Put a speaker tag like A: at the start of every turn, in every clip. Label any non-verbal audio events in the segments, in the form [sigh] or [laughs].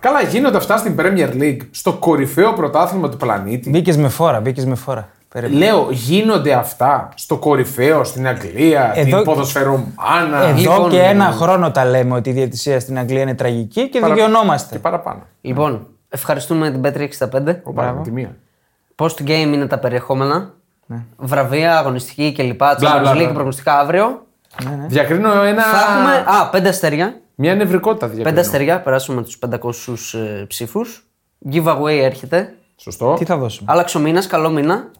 A: τώρα γίνονται αυτά στην Premier League, στο κορυφαίο πρωτάθλημα του πλανήτη.
B: Μπήκες με φόρα, μπήκες με φόρα. Περίπου.
A: Λέω, γίνονται αυτά στο κορυφαίο, στην Αγγλία,
B: Εδώ-
A: την ποδοσφαιρομάνα.
B: Εδώ
A: Λοιπόν,
B: και ένα χρόνο τα λέμε ότι η διαιτησία στην Αγγλία είναι τραγική και δικαιωνόμαστε.
A: Και παραπάνω.
C: Λοιπόν, ευχαριστούμε την Bet365.
A: Παραπάνω τη μία.
C: Post game είναι τα περιεχόμενα. Βραβεία, αγωνιστική κλπ.
A: μπλα,
C: Champions
A: μπλα.
C: League προγνωστικά αύριο.
A: Διακρίνω ένα.
C: Θα έχουμε. Α, πέντε αστέρια.
A: Μια νευρικότητα διακρίνω.
C: Πέντε αστεριά, περάσουμε τους 500 ε, ψήφους. Giveaway έρχεται.
A: Σωστό.
B: Τι θα δώσουμε.
C: Άλλαξε ο μήνας, καλό μήνα.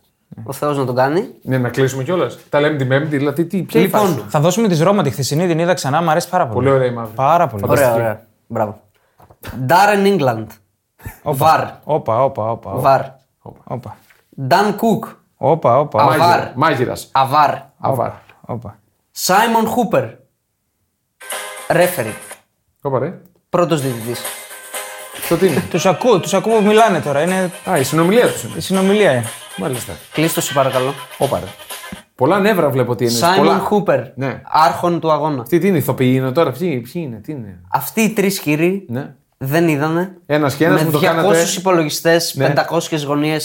C: Ο Θεός να τον κάνει.
A: Ναι, να κλείσουμε κιόλας. Τα λέμε την Πέμπτη, δηλαδή τι, ποια είναι η φάση
B: Λοιπόν,
A: σου?
B: θα δώσουμε τη Ρώμα τη χθεσινή, την είδα ξανά, μου αρέσει πάρα πολύ.
A: Πολύ ωραία η μαύρη.
B: Πάρα πολύ.
C: Ωραία, ωραία. Μπράβο. Darren England. Βαρ.
B: Όπα, όπα, όπα.
C: Βαρ.
B: Όπα,
C: Dan Cook.
B: όπα, όπα.
C: Αβάρ.
A: Μάγειρα.
C: Αβάρ.
A: Αβάρ.
B: όπα.
C: Σάιμον Χούπερ. Ρέφερι.
A: Κόπα ρε.
C: Πρώτος διαιτητής.
A: Αυτό τι είναι.
B: Τους ακούω, του ακούω που μιλάνε τώρα. Είναι
A: Α, η συνομιλία τους είναι.
B: η συνομιλία. είναι.
A: Μάλιστα.
C: Κλείστο, σε παρακαλώ.
A: Όπα ρε. Πολλά νεύρα βλέπω ότι είναι.
C: Σάιμον
A: Πολλά.
C: Χούπερ.
A: Ναι.
C: Άρχον του αγώνα.
A: Τι, τι είναι, ηθοποιοί είναι τώρα, ποιοι, ποιοι είναι, τι είναι.
C: Αυτοί οι τρεις κύριοι
A: Ναι.
C: δεν είδανε.
A: Ένας και ένας
C: με
A: μου το
C: 200
A: κάνατε.
C: υπολογιστές,
A: Ναι.
C: 500 γωνίε,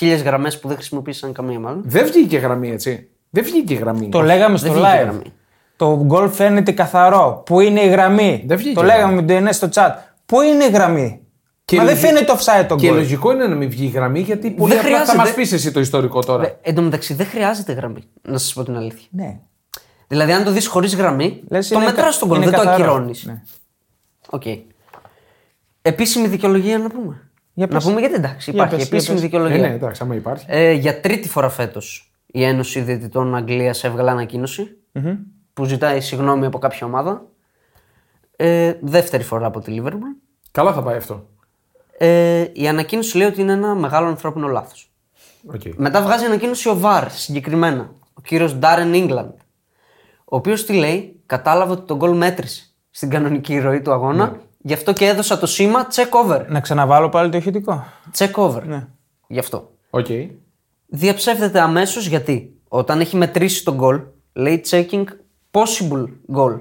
C: 1000 γραμμέ ε, που δεν χρησιμοποίησαν καμία μάλλον.
A: Δεν βγήκε γραμμή, έτσι. Δεν βγήκε γραμμή.
B: Το λέγαμε στο
C: Δεν βγήκε η
B: live.
C: γραμμή.
B: Το γκολ φαίνεται καθαρό. Πού είναι η γραμμή.
A: Δεν βγήκε
B: το
A: η
B: λέγαμε με το DNS στο chat. Πού είναι η γραμμή.
A: Και
B: Μα δεν
A: λογι-
B: φαίνεται offside το
A: Και
B: γκολ.
A: λογικό είναι να μην βγει η γραμμή, γιατί πολύ απλά θα
C: χρειάζεται.
A: μα πεις εσύ το ιστορικό τώρα.
C: Ε, Εν τω μεταξύ δεν χρειάζεται γραμμή, να σας πω την αλήθεια.
B: Ναι.
C: Δηλαδή, αν το δεις χωρίς γραμμή,
B: Λες,
C: το
B: είναι
C: μετράς
B: κα-
C: τον κόλπο,
B: είναι
C: δεν το
B: καθαρό.
C: ακυρώνεις.
B: Ναι.
C: Οκ. Επίσημη δικαιολογία να πούμε.
B: Για
C: να
B: πες.
C: πούμε γιατί εντάξει,
B: Για
C: υπάρχει
B: πες, για
C: επίσημη
B: πες.
A: Ε,
C: δικαιολογία.
A: ναι, εντάξει, άμα υπάρχει.
C: Ε, για τρίτη φορά φέτος η Ένωση Διαιτητών Αγγλίας έβγαλε ανακοίνωση, που ζητάει συγγνώμη από κάποια ομάδα. Ε, δεύτερη φορά από τη Λίβερπουλ.
A: Καλά θα πάει αυτό.
C: Ε, η ανακοίνωση λέει ότι είναι ένα μεγάλο ανθρώπινο λάθος.
A: Okay.
C: Μετά βγάζει ανακοίνωση ο Βαρ συγκεκριμένα, ο κύριος Ντάρεν Ίγκλαντ, ο οποίος τι λέει, κατάλαβε ότι τον γκολ μέτρησε στην κανονική ροή του αγώνα, γι' αυτό και έδωσα το σήμα check over.
B: Να ξαναβάλω πάλι το ηχητικό.
C: Check over. Γι' αυτό.
A: Okay.
C: Διαψεύδεται αμέσως γιατί όταν έχει μετρήσει τον goal, λέει checking possible goal.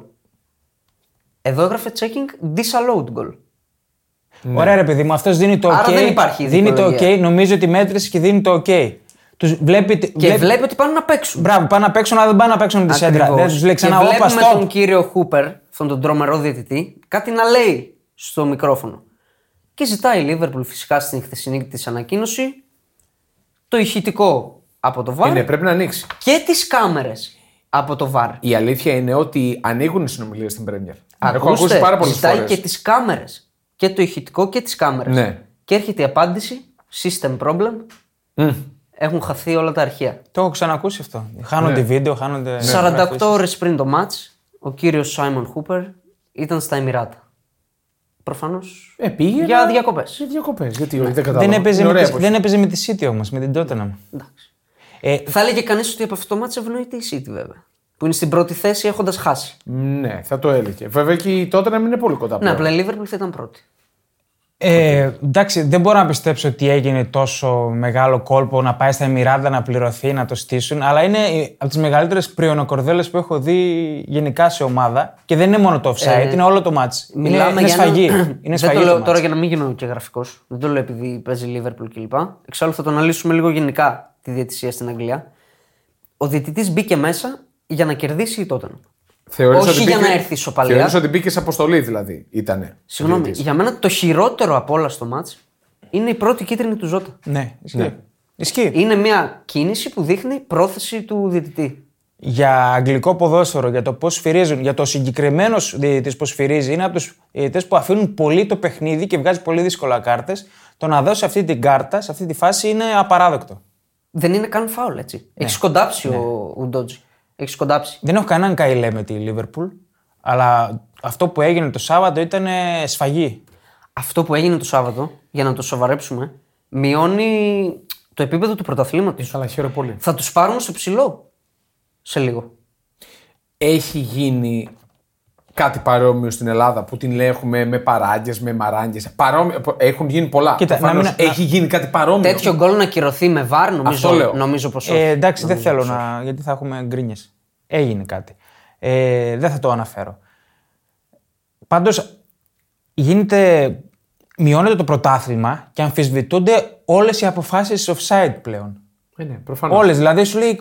C: Εδώ έγραφε checking disallowed goal.
B: Ωραία, ρε παιδί μου, αυτός δίνει το OK.
C: Ναι. Άρα δεν υπάρχει
B: δίνει το OK,
C: δικαιολογία.
B: νομίζω ότι μέτρησε και δίνει το OK. Τους βλέπει.
C: Και βλέπει ότι πάνε να παίξουν.
B: Μπράβο, πάνε να παίξουν, αλλά δεν πάνε να παίξουν τη σέντρα. ναι,
C: Ακριβώς.
B: Δεν τους λέει
C: Και
B: ξανά, όπα,
C: βλέπουμε
B: stop.
C: τον κύριο Χούπερ, αυτόν τον τρομερό διαιτητή, κάτι να λέει στο μικρόφωνο. Και ζητάει η Λίβερπουλ φυσικά στην χθεσινή της ανακοίνωση το ηχητικό από το VAR
A: Είναι, ναι, πρέπει να ανοίξει.
C: και τις κάμερες από το VAR.
A: Η αλήθεια είναι ότι ανοίγουν οι συνομιλίες στην Πρέμιερ. Έχω
C: Ακούστε,
A: ακούσει πάρα πολλές
C: ζητάει
A: φορές.
C: και τις κάμερες. Και το ηχητικό και τις κάμερες.
A: Ναι.
C: Και έρχεται η απάντηση: System problem. Έχουν χαθεί όλα τα
A: Ναι,
C: αρχεία.
B: Το έχω ξανακούσει αυτό. Χάνονται
C: Ναι.
B: βίντεο, χάνονται.
A: ναι.
C: 48 ώρες πριν το match, ο κύριος Σάιμον Χούπερ ήταν στα Εμμυράτα. Προφανώς.
A: Ε, πήγε.
C: Για Ναι. διακοπές.
A: Για διακοπές. Γιατί όχι, δεν κατάλαβα.
B: Δεν έπαιζε,
A: Είναι
B: με
A: ωραία
B: τη,
A: εποχή.
B: δεν έπαιζε με τη City όμως, με την Tottenham. Ε,
C: Θα έλεγε κανείς ότι από αυτό το match ευνοείται η City, βέβαια. Που είναι στην πρώτη θέση έχοντας χάσει.
A: Ναι, θα το έλεγε. Βέβαια και τότε να μην είναι πολύ κοντά.
C: Ναι,
A: πλέον.
C: απλά η Liverpool θα ήταν πρώτη.
B: ε, εντάξει, δεν μπορώ να πιστέψω ότι έγινε τόσο μεγάλο κόλπο να πάει στα Εμμυράτα να πληρωθεί, να το στήσουν. Αλλά είναι από τις μεγαλύτερες πριονοκορδέλες που έχω δει γενικά σε ομάδα. Και δεν είναι μόνο το offside, είναι όλο το match. Είναι,
C: Ε, Μιλάμε
B: είναι
C: για ένα- [clears throat]
B: σφαγή. είναι
C: δεν
B: σφαγή
C: το λέω
B: match.
C: τώρα για να μην γίνω και γραφικός. Δεν το λέω επειδή παίζει Λίβερπουλ κλπ. Εξάλλου θα το αναλύσουμε λίγο γενικά τη διαιτησία στην Αγγλία. Ο διαιτητής μπήκε μέσα για να κερδίσει η Tottenham.
A: Θεωρείς
C: όχι
A: ότι
C: για
A: μπήκε-
C: να έρθει ισοπαλία.
A: Θεωρείς ότι μπήκες σε αποστολή δηλαδή. Ήτανε.
C: Συγγνώμη, για μένα το χειρότερο από όλα στο μάτς είναι η πρώτη κίτρινη του Ζώτα.
B: Ναι, ισχύει. Ισχύει.
C: Είναι μια κίνηση που δείχνει πρόθεση του διαιτητή.
B: για αγγλικό ποδόσφαιρο, για το πώς σφυρίζουν, για το συγκεκριμένο διαιτητή που σφυρίζει, είναι από τους διαιτητές που αφήνουν πολύ το παιχνίδι και βγάζει πολύ δύσκολα κάρτες. Το να δώσει αυτή την κάρτα σε αυτή τη φάση είναι απαράδεκτο.
C: Δεν είναι καν φάουλ, έτσι.
B: Ναι.
C: Έχει σκοντάψει ο Ουντότζι. Έχει σκοντάψει.
B: Δεν έχω κανέναν καηλέ με τη Λίβερπουλ, αλλά αυτό που έγινε το Σάββατο ήταν ε, σφαγή.
C: αυτό που έγινε το Σάββατο, για να το σοβαρέψουμε, μειώνει το επίπεδο του πρωταθλήματος.
A: Αλλά χαίρομαι πολύ.
C: Θα τους πάρουν στο ψηλό σε λίγο.
A: Έχει γίνει κάτι παρόμοιο στην Ελλάδα που την έχουμε με παράγκε, με μαράγγε. Έχουν γίνει πολλά.
B: Κοίτα, να
A: Προφανώς
B: μην-
A: Έχει γίνει κάτι παρόμοιο.
C: Τέτοιο γκολ να κυρωθεί με βαρ, νομίζω,
A: Αυτό λέω.
C: νομίζω πως όχι.
B: Ε, εντάξει, δεν θέλω να. γιατί θα έχουμε γκρίνιες. Έγινε κάτι. Ε, δεν θα το αναφέρω. Πάντως, γίνεται μειώνεται το πρωτάθλημα και αμφισβητούνται όλες οι αποφάσεις offside πλέον.
A: Ε, ναι, προφανώς.
B: Όλες. Δηλαδή σου λέει,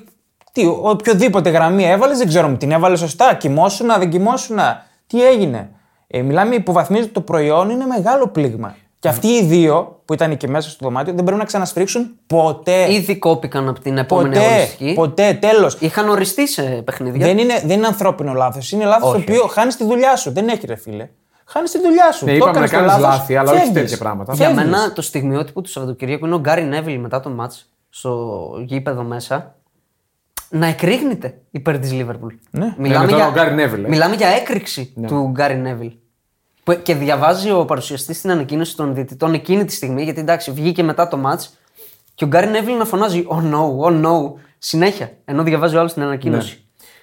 B: τι, οποιοδήποτε γραμμή έβαλες, δεν ξέρω μου την έβαλε σωστά. Κοιμόσουνα, δεν κοιμόσουνα. Τι έγινε. Ε, μιλάμε, υποβαθμίζεται το προϊόν, είναι μεγάλο πλήγμα. Και
A: Mm.
B: αυτοί οι δύο που ήταν εκεί μέσα στο δωμάτιο δεν πρέπει να ξανασφρίξουν ποτέ.
C: Ήδη κόπηκαν από την επόμενη
B: ποτέ.
C: αγωνιστική.
B: Ποτέ, τέλος.
C: Είχαν οριστεί σε παιχνίδια.
B: Δεν είναι, δεν είναι ανθρώπινο λάθος. Είναι λάθος το
C: Όχι,
B: οποίο χάνεις τη δουλειά σου. Δεν έχει, ρε φίλε. Χάνεις τη δουλειά σου.
A: Ναι,
B: Το
A: είπαμε
B: έκανες
A: να
B: το
A: κάνεις
B: λάθος,
A: λάθη, αλλά όχι
B: φεύγεις.
A: τέτοια πράγματα.
C: Για
B: Φεύγεις.
C: μένα το στιγμιότυπο του Σαββατοκυριακού είναι ο Γκάρι Νέβιλ μετά το μάτς στο γήπεδο μέσα να εκρήγνεται υπέρ της Λίβερπουλ.
A: Λέμε τώρα ο Γκάρι Νέβιλ, ε.
C: μιλάμε για έκρηξη του Γκάρι Νέβιλ. Που- Και διαβάζει ο παρουσιαστής την ανακοίνωση των διαιτητών εκείνη τη στιγμή, γιατί εντάξει, βγήκε μετά το μάτς και ο Γκάρι Νέβιλ να φωνάζει Oh no, oh no, συνέχεια. Ενώ διαβάζει ο άλλος την ανακοίνωση.
A: Ναι.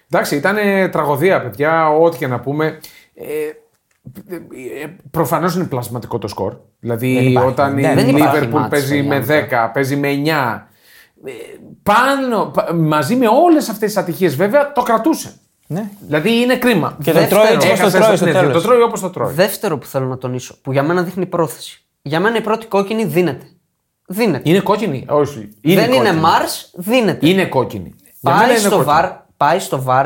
A: Εντάξει, ήταν ε, τραγωδία, παιδιά, ό,τι και να πούμε. Ε, Προφανώς είναι πλασματικό το σκορ. Δηλαδή,
B: υπάρχει.
A: όταν
B: Ναι,
A: η
C: δεν υπάρχει
A: Λίβερπουλ
C: μάτς,
A: παίζει
C: παιδιά,
A: με 10, παίζει με 9. ε, Πάνω, πα- μαζί με όλες αυτές τις ατυχίες, βέβαια, το κρατούσε.
B: Ναι.
A: Δηλαδή είναι κρίμα.
B: Και το
A: Δεύτερο,
B: τρώει έτσι όπως το
A: έχασες-
B: τρώει στο
A: ναι,
B: τέλος.
A: Το τρώει όπως το τρώει.
C: Δεύτερο που θέλω να τονίσω, που για μένα δείχνει πρόθεση. Για μένα η πρώτη κόκκινη δίνεται. Δίνεται.
A: Είναι κόκκινη. Όχι. Είναι
C: Δεν
A: κόκκινη.
C: είναι Mars, δίνεται.
A: Είναι κόκκινη. Για μένα
C: Πάει
A: είναι
C: στο,
A: κόκκινη. Ναι,
C: βαρ, πάει στο βαρ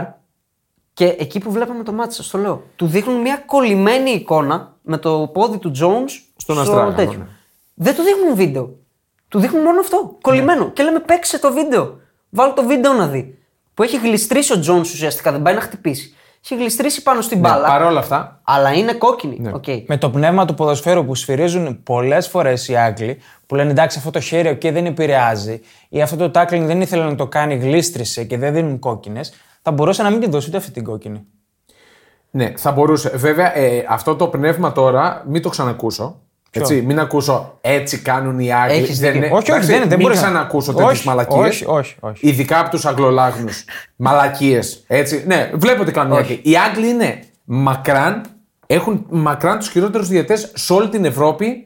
C: και εκεί που βλέπαμε το μάτσα, στο λέω. Του δείχνουν μια κολλημένη εικόνα με το πόδι του Jones
A: Στον
C: στο
A: Αστράγαλο,
C: τέτοιο.
A: ναι.
C: Δεν του δείχνουν βίντεο. Του δείχνουν μόνο αυτό. Κολλημένο.
A: Ναι.
C: Και λέμε παίξε το βίντεο. Βάλ το βίντεο να δει. Που έχει γλιστρήσει ο Jones ουσιαστικά, δεν πάει να χτυπήσει. Έχει γλιστρήσει πάνω στην μπάλα.
A: Παρ' όλα αυτά,
C: Αλλά είναι κόκκινη.
A: Ναι.
C: Οκ.
B: Με το πνεύμα του ποδοσφαίρου που σφυρίζουν πολλές φορές οι Άγγλοι, που λένε εντάξει, αυτό το χέρι οκ, δεν επηρεάζει, ή αυτό το tackling δεν ήθελε να το κάνει, γλίστρισε και δεν δίνουν κόκκινες, θα μπορούσε να μην τη δώσει ούτε αυτή την κόκκινη.
A: Ναι, θα μπορούσε. Βέβαια, ε, αυτό το πνεύμα τώρα μην το ξανακούσω. Έτσι, μην ακούσω έτσι κάνουν οι Άγγλοι.
C: Έχεις δίκιο.
A: είναι-
B: Όχι, όχι,
A: εντάξει,
B: δεν- δεν
A: μην
B: μπορείς να-
A: ξανακούσω
B: Όχι,
A: τέτοιε μαλακίες.
B: όχι, όχι, όχι.
A: Ειδικά από τους Αγγλολάγνους.
C: [laughs]
A: μαλακίες. Έτσι. Ναι, βλέπω τι κάνουν οι Άγγλοι. Οι Άγγλοι είναι μακράν, έχουν μακράν τους χειρότερους διαιτέ σε όλη την Ευρώπη.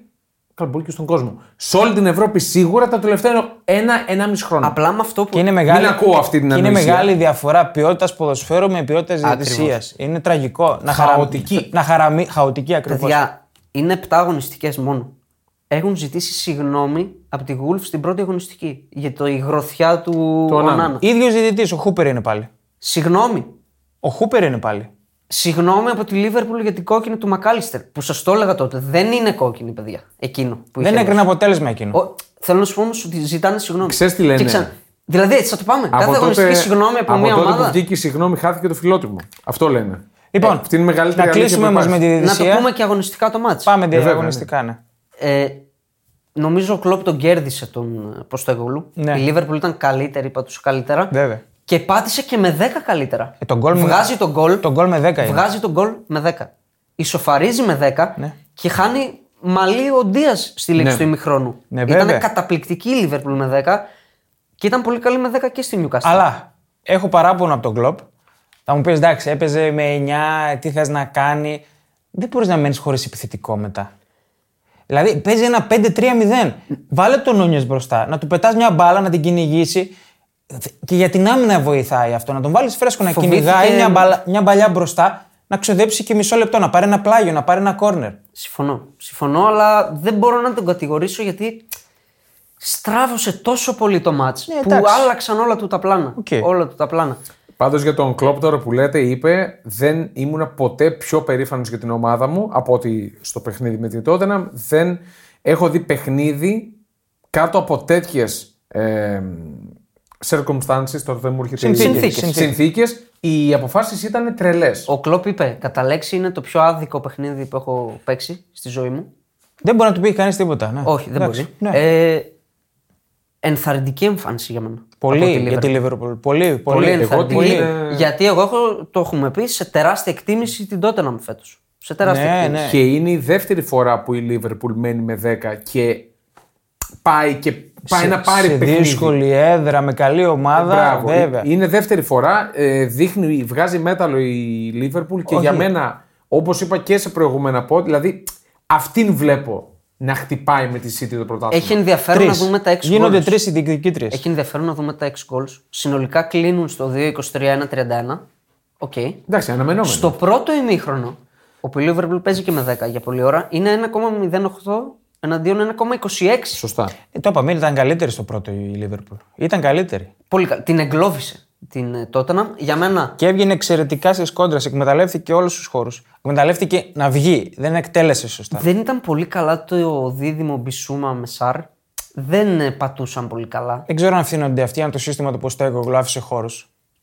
A: Καλά, μπορεί και στον κόσμο. Σε όλη την Ευρώπη σίγουρα τα τελευταία ένα-ενάμιση χρόνια.
C: Απλά με αυτό που.
B: Και είναι μεγάλη,
A: ακούω αυτή την
B: και είναι
A: ανοησία.
B: μεγάλη διαφορά ποιότητας ποδοσφαίρου με ποιότητας διαιτησίας. Είναι τραγικό. Να χαρα-
A: Χαοτική.
B: Να χαραμί... Χαοτική ακριβώς.
C: Παιδιά, είναι 7 αγωνιστικές μόνο. Έχουν ζητήσει συγγνώμη από τη Γούλφ στην πρώτη αγωνιστική για το η γροθιά του
A: Ονάνα.
C: Ονάνα.
B: ίδιος διαιτητής, ο Χούπερ είναι πάλι.
C: Συγγνώμη.
B: Ο Χούπερ είναι πάλι.
C: Συγγνώμη από τη Λίβερπουλ για την κόκκινη του Μακάλιστερ. Που σας το έλεγα τότε. Δεν είναι κόκκινη, παιδιά. Εκείνο που είχε
B: δεν έκρινε
C: δώσει.
B: αποτέλεσμα εκείνο.
C: Ο- Θέλω να σου πω όμως ότι ζητάνε συγγνώμη.
A: Ξέρεις τι λένε.
C: Και Δηλαδή έτσι θα το πάμε. Κάθε αγωνιστική συγγνώμη από
A: από
C: μια
A: τότε
C: ομάδα.
A: που βγήκε η συγγνώμη, χάθηκε το φιλότιμο. Αυτό λένε.
B: Λοιπόν,
A: Ε, αυτή είναι η μεγαλύτερη
B: να
A: αλήθεια
B: κλείσουμε
A: που
B: όμως με
A: υπάρχει.
B: τη
C: Να το
B: διαιτησία.
C: πούμε και αγωνιστικά το μάτς.
B: Πάμε
A: βέβαια,
B: διαγωνιστικά, ναι.
C: Ε, νομίζω ο Κλόπ τον κέρδισε τον ε, Ποστέγολου.
B: Ναι.
C: Η Λίβερπουλ ήταν καλύτερη, είπα τους καλύτερα.
B: Βέβαια.
C: Και πάτησε και με 10 καλύτερα.
B: Ε, τον γκολ με-
C: Βγάζει τον γκολ.
B: τον γκολ με 10 είναι.
C: Βγάζει τον γκολ με 10. Ισοφαρίζει με 10 και χάνει μαλλί ο Ντίας στη λήξη
A: Ναι.
C: του ημιχρόνου.
B: Ναι. Ναι,
C: ήταν
B: βέβαια.
C: καταπληκτική η Λίβερπουλ με 10 και ήταν πολύ καλή με 10 και στη Newcastle.
B: Αλλά έχω παράπονο από τον κλοπ. Θα μου πεις εντάξει, έπαιζε με 9, τι θες να κάνει. Δεν μπορείς να μένεις χωρίς επιθετικό μετά. Δηλαδή παίζει ένα 5-3-0. Βάλε τον Νούνιες μπροστά, να του πετάς μια μπάλα, να την κυνηγήσει. Και για την άμυνα βοηθάει αυτό. Να τον βάλεις φρέσκο να
C: Φοβήθηκε-
B: κυνηγάει μια, μπαλα, μια μπαλιά μπροστά, να ξοδέψει και μισό λεπτό, να πάρει ένα πλάγιο, να πάρει ένα κόρνερ.
C: Συμφωνώ. Συμφωνώ, αλλά δεν μπορώ να τον κατηγορήσω γιατί στράβωσε τόσο πολύ το μάτς
B: Ναι,
C: που
B: εντάξει.
C: άλλαξαν όλα του τα πλάνα.
B: Οκ.
C: Όλα του τα πλάνα.
A: Πάντως για τον Κλόπ τώρα που λέτε, είπε δεν ήμουν ποτέ πιο περήφανος για την ομάδα μου από ότι στο παιχνίδι με την Τότεναμ. Δεν έχω δει παιχνίδι κάτω από τέτοιες ε, circumstances. Τώρα δεν μου έρχεται η-
B: Συνθήκες.
A: Συνθήκες. Συνθήκες. Οι αποφάσεις ήταν τρελές.
C: Ο Κλόπ είπε, κατά λέξη είναι το πιο άδικο παιχνίδι που έχω παίξει στη ζωή μου.
B: Δεν μπορεί να του πει κανείς τίποτα. Ναι.
C: Όχι, δεν
B: Εντάξει,
C: μπορεί.
B: ναι.
C: Ε, ενθαρρυντική εμφάνιση για μένα. από τη
B: πολύ για
C: Liverpool.
B: τη Liverpool. Πολύ, πολύ. Ε.
C: Πολύ
A: Εγώ
C: ενθαρρυντική.
A: την,
C: Είναι- Γιατί εγώ έχω, το έχουμε πει σε τεράστια εκτίμηση την τότε να μου φέτος. Σε τεράστια
B: Ναι,
C: εκτίμηση.
B: ναι.
A: Και είναι η δεύτερη φορά που η Λίβερπουλ μένει με 10 και πάει, και πάει
B: Σε-
A: να πάρει
B: σε
A: παιχνίδι. Ε,
B: δύσκολη έδρα, με καλή ομάδα.
A: Μπράβο.
B: Βέβαια.
A: Είναι δεύτερη φορά. ε, Δείχνει, βγάζει μέταλλο η Λίβερπουλ και για μένα, όπως είπα και σε προηγούμενα πόντ, δηλαδή αυτήν βλέπω να χτυπάει με τη City το πρωτάθλημα.
C: Έχει ενδιαφέρον
B: ναι. Τρεις.
C: να δούμε τα έξι
B: Γίνονται
C: goals.
B: τρεις οι διεκδικήτριε.
C: Έχει ενδιαφέρον να δούμε τα 6 goals. Συνολικά κλείνουν στο 2-23-1-31. Οκ.
B: Ναι.
A: Εντάξει, αναμενόμενο.
C: Στο πρώτο ημίχρονο, Ο Πιλίβερπουλ παίζει και με 10 για πολλή ώρα. Είναι 1,08 εναντίον 1,26.
A: Σωστά.
B: Ε, το είπαμε, ήταν καλύτερη στο πρώτο η Λίβερπουλ. Ήταν καλύτερη.
C: Πολύ κα- Την εγκλώβησε την Τόταναμ. Για μένα
B: Και έβγαινε εξαιρετικά στις κόντρες. Εκμεταλλεύτηκε όλους τους χώρους. Εκμεταλλεύτηκε να βγει. Δεν εκτέλεσε σωστά.
C: δεν ήταν πολύ καλά το δίδυμο Μπισούμα με Σαρ. Δεν ε, πατούσαν πολύ καλά.
B: Δεν ξέρω αν ευθύνονται αυτοί, αν το σύστημα του Ποστέκογλου άφησε χώρου.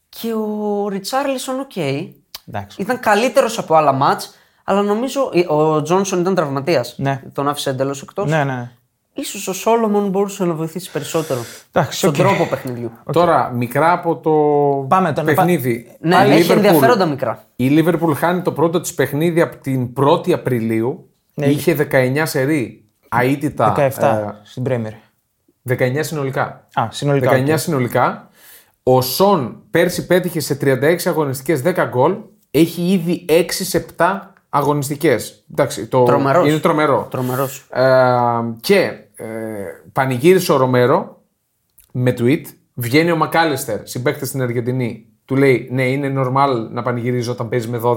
C: Και ο Ριτσάρλισον, οκ.
B: Εντάξει.
C: Ήταν καλύτερος από άλλα μάτ, αλλά νομίζω ε, ο Τζόνσον ήταν τραυματίας.
B: Ναι.
C: Τον άφησε εντελώς εκτός.
B: Ναι, ναι. ναι.
C: Ίσως ο Σόλομον μπορούσε να βοηθήσει περισσότερο.
B: Εντάξει,
C: στον
B: οκ.
C: τρόπο παιχνιδιού.
A: Τώρα, μικρά από το
B: Πάμε τώρα,
A: παιχνίδι.
C: Ναι,
A: Η
C: έχει
A: Liverpool-
C: ενδιαφέροντα μικρά.
A: Η Liverpool χάνει το πρώτο της παιχνίδι από την 1η Απριλίου. Είχε 19 σερή αίτητα.
B: 17 στην Πρέμερ.
A: 19 συνολικά.
B: Α, συνολικά.
A: 19 συνολικά. Ο Σον πέρσι πέτυχε σε 36 αγωνιστικές 10 γκολ. Έχει ήδη 6 σε 7 αγωνιστικές. Εντάξει, το...
C: Τρομερός.
A: Είναι τρομερό.
C: Τρομερός.
A: Ε, και ε, πανηγύρισε ο Ρομέρο με tweet. Βγαίνει ο Μακάλιστερ, συμπέκτη στην Αργεντινή. Του λέει: Ναι, είναι normal να πανηγυρίζει όταν παίζει με 12.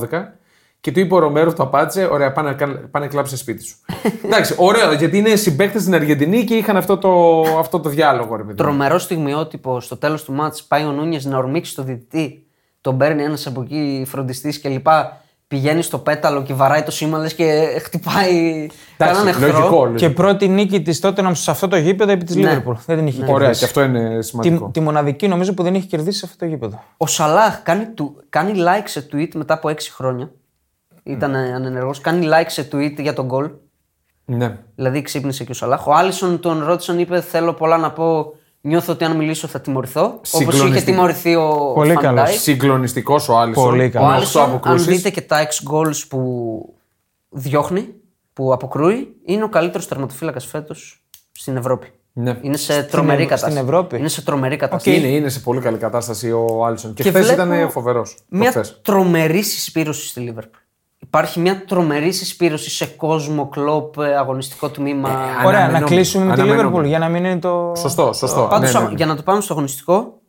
A: Και του είπε ο Ρομέρο, το απάντησε: Ωραία, πάνε, να κάν- πάνε κλάψε σπίτι σου. Εντάξει, ωραίο, γιατί είναι συμπέκτη στην Αργεντινή και είχαν αυτό το, αυτό το διάλογο. Ρε, παιδί μου.
C: Τρομερό στιγμιότυπο στο τέλος του μάτς πάει ο Νούνιες να ορμήξει το διαιτητή. Τον παίρνει ένας από εκεί φροντιστής κλπ. Πηγαίνει στο πέταλο και βαράει το σήμα λες και χτυπάει κανέναν
A: Εντάξει,
C: εχθρό.
A: λογικό. λογικό.
B: Και πρώτη νίκη της τότε σε αυτό το γήπεδο επί της
C: Ναι.
B: Λίβερπουλ. Δεν την είχε
A: Ωραία,
B: κερδίσει.
A: και αυτό είναι σημαντικό.
B: Τη, τη μοναδική νομίζω που δεν είχε κερδίσει σε αυτό το γήπεδο.
C: Ο Σαλάχ κάνει, του, κάνει like σε tweet μετά από 6 χρόνια. Ήταν ε, ανενεργός. Κάνει like σε tweet για τον goal.
A: Ναι.
C: Δηλαδή ξύπνησε και ο Σαλάχ. Ο Άλισον τον ρώτησαν, είπε: Θέλω πολλά να πω. Νιώθω ότι αν μιλήσω θα τιμωρηθώ. Όπως είχε
A: Συγκλονιστικό.
C: τιμωρηθεί ο
B: Πολύ
C: Van
B: καλός.
C: Dijk.
A: Συγκλονιστικός ο Άλισον.
B: Πολύ
C: Ο
B: καλός.
A: Με οκτώ
C: Άλισον, αν
A: αποκρούσεις.
C: δείτε και τα ex goals που διώχνει, που αποκρούει, είναι ο καλύτερος τερματοφύλακας φέτος στην Ευρώπη.
A: Ναι.
C: Είναι σε τρομερή
B: Ευ-
C: κατάσταση.
B: στην Ευρώπη.
C: Είναι σε τρομερή
A: Και
C: κατάσταση.
A: είναι, είναι σε πολύ καλή κατάσταση ο Άλισον. Και,
C: Και
A: χθες
C: βλέπω
A: ήταν φοβερός.
C: Μια τρομερή συσπήρωση στη Λίβερπουλ. Υπάρχει μια τρομερή συσπήρωση σε κόσμο, κλοπ, ε, αγωνιστικό τμήμα.
B: Ωραία, να
A: αναμενόμενο.
B: κλείσουμε με τη
A: Αναμενόμενο.
B: Λίβερπουλ για να μην είναι το.
A: Σωστό, σωστό.
C: Πάντως,
A: Ναι, ναι, ναι.
C: για να το πάμε στο αγωνιστικό,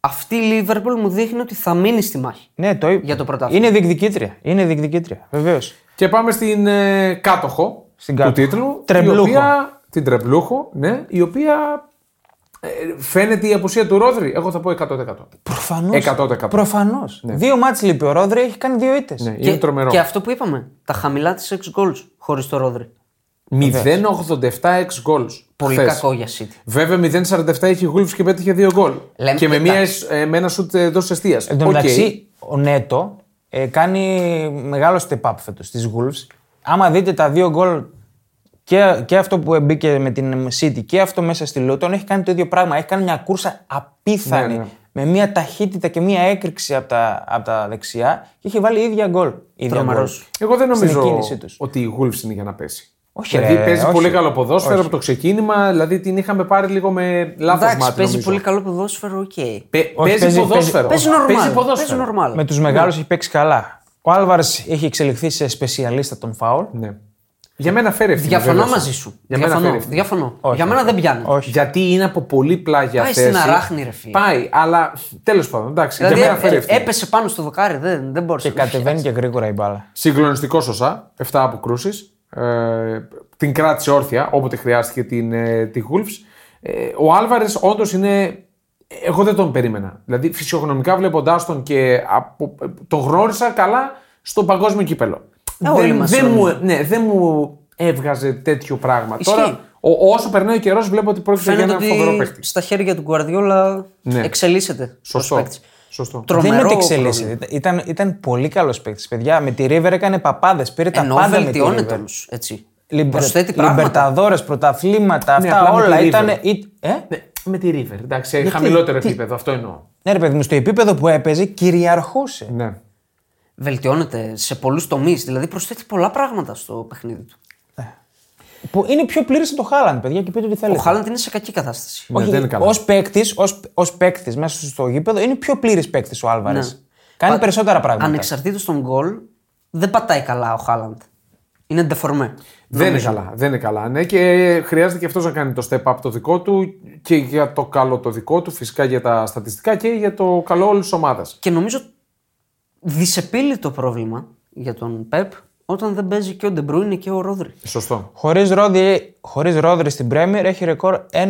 C: αυτή η Λίβερπουλ μου δείχνει ότι θα μείνει στη μάχη.
B: Ναι, το...
C: Για το πρωτάθλημα.
B: Είναι διεκδικήτρια. Είναι διεκδικήτρια. Βεβαίως.
A: Και πάμε στην ε, κάτοχο
B: Στην
A: του
B: κάτοχο.
A: τίτλου.
B: Τρεμπλούχο.
A: Η οποία, την Τρεμπλούχο, ναι, η οποία ε, φαίνεται η απουσία του Ρόδρυ. Εγώ θα πω 100%.
B: Προφανώ.
A: 100%.
B: Προφανώ. Δύο μάτς λείπει ο Ρόδρυ, έχει κάνει δύο ήττες.
A: Ναι, είναι τρομερό.
C: και αυτό που είπαμε, τα χαμηλά της 6 goals χωρί το Ρόδρυ.
A: 0,87 ex goals.
C: Πολύ
A: χθες.
C: κακό για City.
A: Βέβαια 0,47 είχε Wolves και πέτυχε δύο γκολ.
C: Λέμε
A: και με,
C: εντάξει.
A: μία, εσ- ε, με ένα σουτ εντό εστία.
B: Εν τω μεταξύ, ο Νέτο ε, κάνει μεγάλο step up φέτος στις Wolves. Άμα δείτε τα δύο γκολ και, και αυτό που μπήκε με την City και αυτό μέσα στη Λούτον έχει κάνει το ίδιο πράγμα. Έχει κάνει μια κούρσα απίθανη.
A: Ναι, ναι.
B: Με μια ταχύτητα και μια έκρηξη από τα, απ' τα δεξιά και έχει βάλει ίδια γκολ. Ίδια
C: Τρομερός.
B: γκολ.
A: Εγώ δεν
B: Στην
A: νομίζω
B: εκκίνησή τους.
A: ότι η Wolves είναι για να πέσει.
B: Όχι,
A: δηλαδή
B: ρε,
A: παίζει
B: όχι.
A: πολύ καλό ποδόσφαιρο
B: Όχι.
A: από το ξεκίνημα, δηλαδή την είχαμε πάρει λίγο με λάθος
C: Εντάξει,
A: μάτι.
C: παίζει
A: νομίζω.
C: πολύ καλό ποδόσφαιρο, οκ.
A: Πε-
B: Όχι,
A: παίζει
B: παίζει-
A: ποδόσφαιρο.
C: Παίζει normal.
A: Παίζει ποδόσφαιρο.
C: Παίζει normal.
B: Με
A: Ναι.
B: τους μεγάλους έχει παίξει καλά. Ο Άλβαρ έχει εξελιχθεί σε σπεσιαλίστα των φάουλ.
A: Ναι. Για μένα φέρει ευθύνη.
C: Διαφωνώ
A: βέβαια.
C: μαζί σου.
A: Για μένα
C: Διαφωνώ.
A: φέρει ευθύνη.
C: διαφωνώ. για μένα δεν πιάνει.
B: Όχι.
A: Γιατί είναι από πολύ πλάγια
C: Πάει
A: θέση.
C: στην αράχνη, ρε φίλε.
A: Πάει, αλλά τέλος πάντων. Εντάξει,
C: Δηλαδή
A: για μένα φέρει
C: ε,
A: ευθύνη.
C: έπεσε πάνω στο δοκάρι, δεν, δεν μπορούσε.
B: Και κατεβαίνει και γρήγορα η μπάλα.
A: Συγκλονιστικό σωσά, 7 αποκρούσεις. Ε, την κράτησε όρθια όποτε χρειάστηκε την, ε, τη Wolves. Ε, ο Άλβαρες όντως είναι. Εγώ δεν τον περίμενα. Δηλαδή, φυσιογνωμικά βλέποντάς τον και από, τον γνώρισα καλά στο παγκόσμιο κύπελο.
C: Ε, όλοι
A: δεν,
C: μας
A: δεν,
C: όλοι.
A: μου, ναι, δεν μου έβγαζε τέτοιο πράγμα.
C: Ισχύει.
A: Τώρα, ο- όσο περνάει ο καιρός, βλέπω ότι πρόκειται για
C: Φαίνεται
A: ένα φοβερό
C: ότι
A: παίχτη.
C: στα χέρια του Γκουαρδιόλα
A: Ναι.
C: εξελίσσεται.
A: Σωστό.
C: ως παίκτης.
A: Σωστό.
C: Τρομερό
B: δεν είναι ότι
C: πρόβλημα.
B: εξελίσσεται. Ήταν, ήταν πολύ καλός παίκτης, παιδιά. Με τη River έκανε παπάδες. Πήρε τα
C: Ενώ
B: πάντα με τη
C: βελτιώνεται
B: River.
C: όμω. Έτσι.
B: Λιμπερ-
C: Προσθέτει πράγματα.
B: Λιμπερταδόρες, πρωταθλήματα,
A: Ναι, απλά
B: αυτά
A: με τη
B: όλα
A: River.
B: ήταν. Ε? Ναι.
A: Ναι, με τη River, εντάξει, χαμηλότερο επίπεδο, αυτό εννοώ.
B: Ναι, ρε παιδί μου, στο επίπεδο που έπαιζε κυριαρχούσε.
A: Ναι.
C: Βελτιώνεται σε πολλούς τομείς. Δηλαδή προσθέτει πολλά πράγματα στο παιχνίδι του.
B: Που είναι πιο πλήρης από το Χάλαντ, παιδιά, και πείτε τι θέλετε.
C: Ο Χάλαντ είναι σε κακή κατάσταση.
A: Ναι, δεν είναι καλά.
B: Ως παίκτης, ως, παίκτης μέσα στο γήπεδο, είναι πιο πλήρης παίκτης ο Άλβαρες.
C: Ναι.
B: Κάνει
C: Πα-
B: περισσότερα πράγματα.
C: Ανεξαρτήτως των γκολ, δεν πατάει καλά ο Χάλαντ. Είναι ντεφορμέ.
A: Δεν είναι καλά. Δεν είναι καλά, ναι. Και χρειάζεται και αυτός να κάνει το step up το δικό του και για το καλό το δικό του, φυσικά για τα στατιστικά και για το καλό όλης της ομάδας.
C: Και νομίζω δυσεπίλητο πρόβλημα για τον Πεπ όταν δεν παίζει και ο Ντεμπρούινε και ο Ρόδρυ.
A: Σωστό.
B: Χωρίς ρόδρυ, χωρίς Ρόδρυ στην Πρέμερ έχει ρεκόρ ε,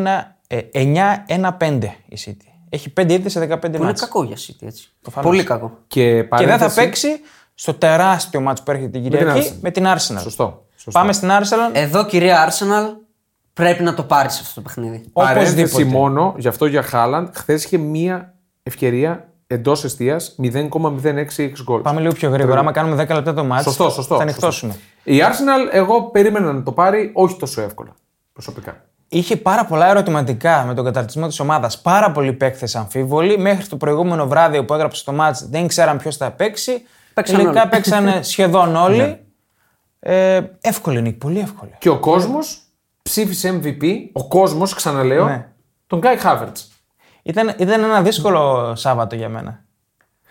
B: 9-1-5 η City. Έχει 5 ήττες σε 15
C: Που είναι
B: μάτς.
C: κακό για City έτσι. Πολύ κακό.
A: Και,
B: Και δεν θα
A: παρένθεση-
B: παίξει στο τεράστιο μάτς που έρχεται την
A: την
B: Κυριακή
A: Arsenal.
B: με την Arsenal.
A: Σωστό. σωστό.
B: Πάμε στην Arsenal.
C: Εδώ κυρία Arsenal πρέπει να το πάρεις αυτό το παιχνίδι.
A: Παρένθεση
B: οπωσδήποτε.
A: μόνο, γι' αυτό για Χάλαντ, χθες είχε μία ευκαιρία εντός εστίας 0,066 γκολ.
B: Πάμε λίγο πιο γρήγορα. Άμα κάνουμε 10 λεπτά το μάτς,
A: Ε, Σωστό, σωστό.
B: θα
A: σωστό.
B: ανοιχτώσουμε.
A: Η Arsenal, εγώ περίμενα να το πάρει όχι τόσο εύκολα προσωπικά.
B: Είχε πάρα πολλά ερωτηματικά με τον καταρτισμό της ομάδας. Πάρα πολλοί παίκτες αμφίβολοι. Μέχρι το προηγούμενο βράδυ που έγραψε το μάτ δεν ξέραν ποιος θα παίξει.
C: Παίξαν
B: Τελικά
C: όλοι.
A: [laughs]
B: παίξαν σχεδόν
A: Ναι.
B: όλοι. ε, εύκολη νίκη, πολύ εύκολη.
A: Και ο κόσμος ψήφισε MVP, ο κόσμος, ξαναλέω,
B: Ναι.
A: τον Γκάι Χάβερτ.
B: Ήταν, ήταν ένα δύσκολο Σάββατο για μένα.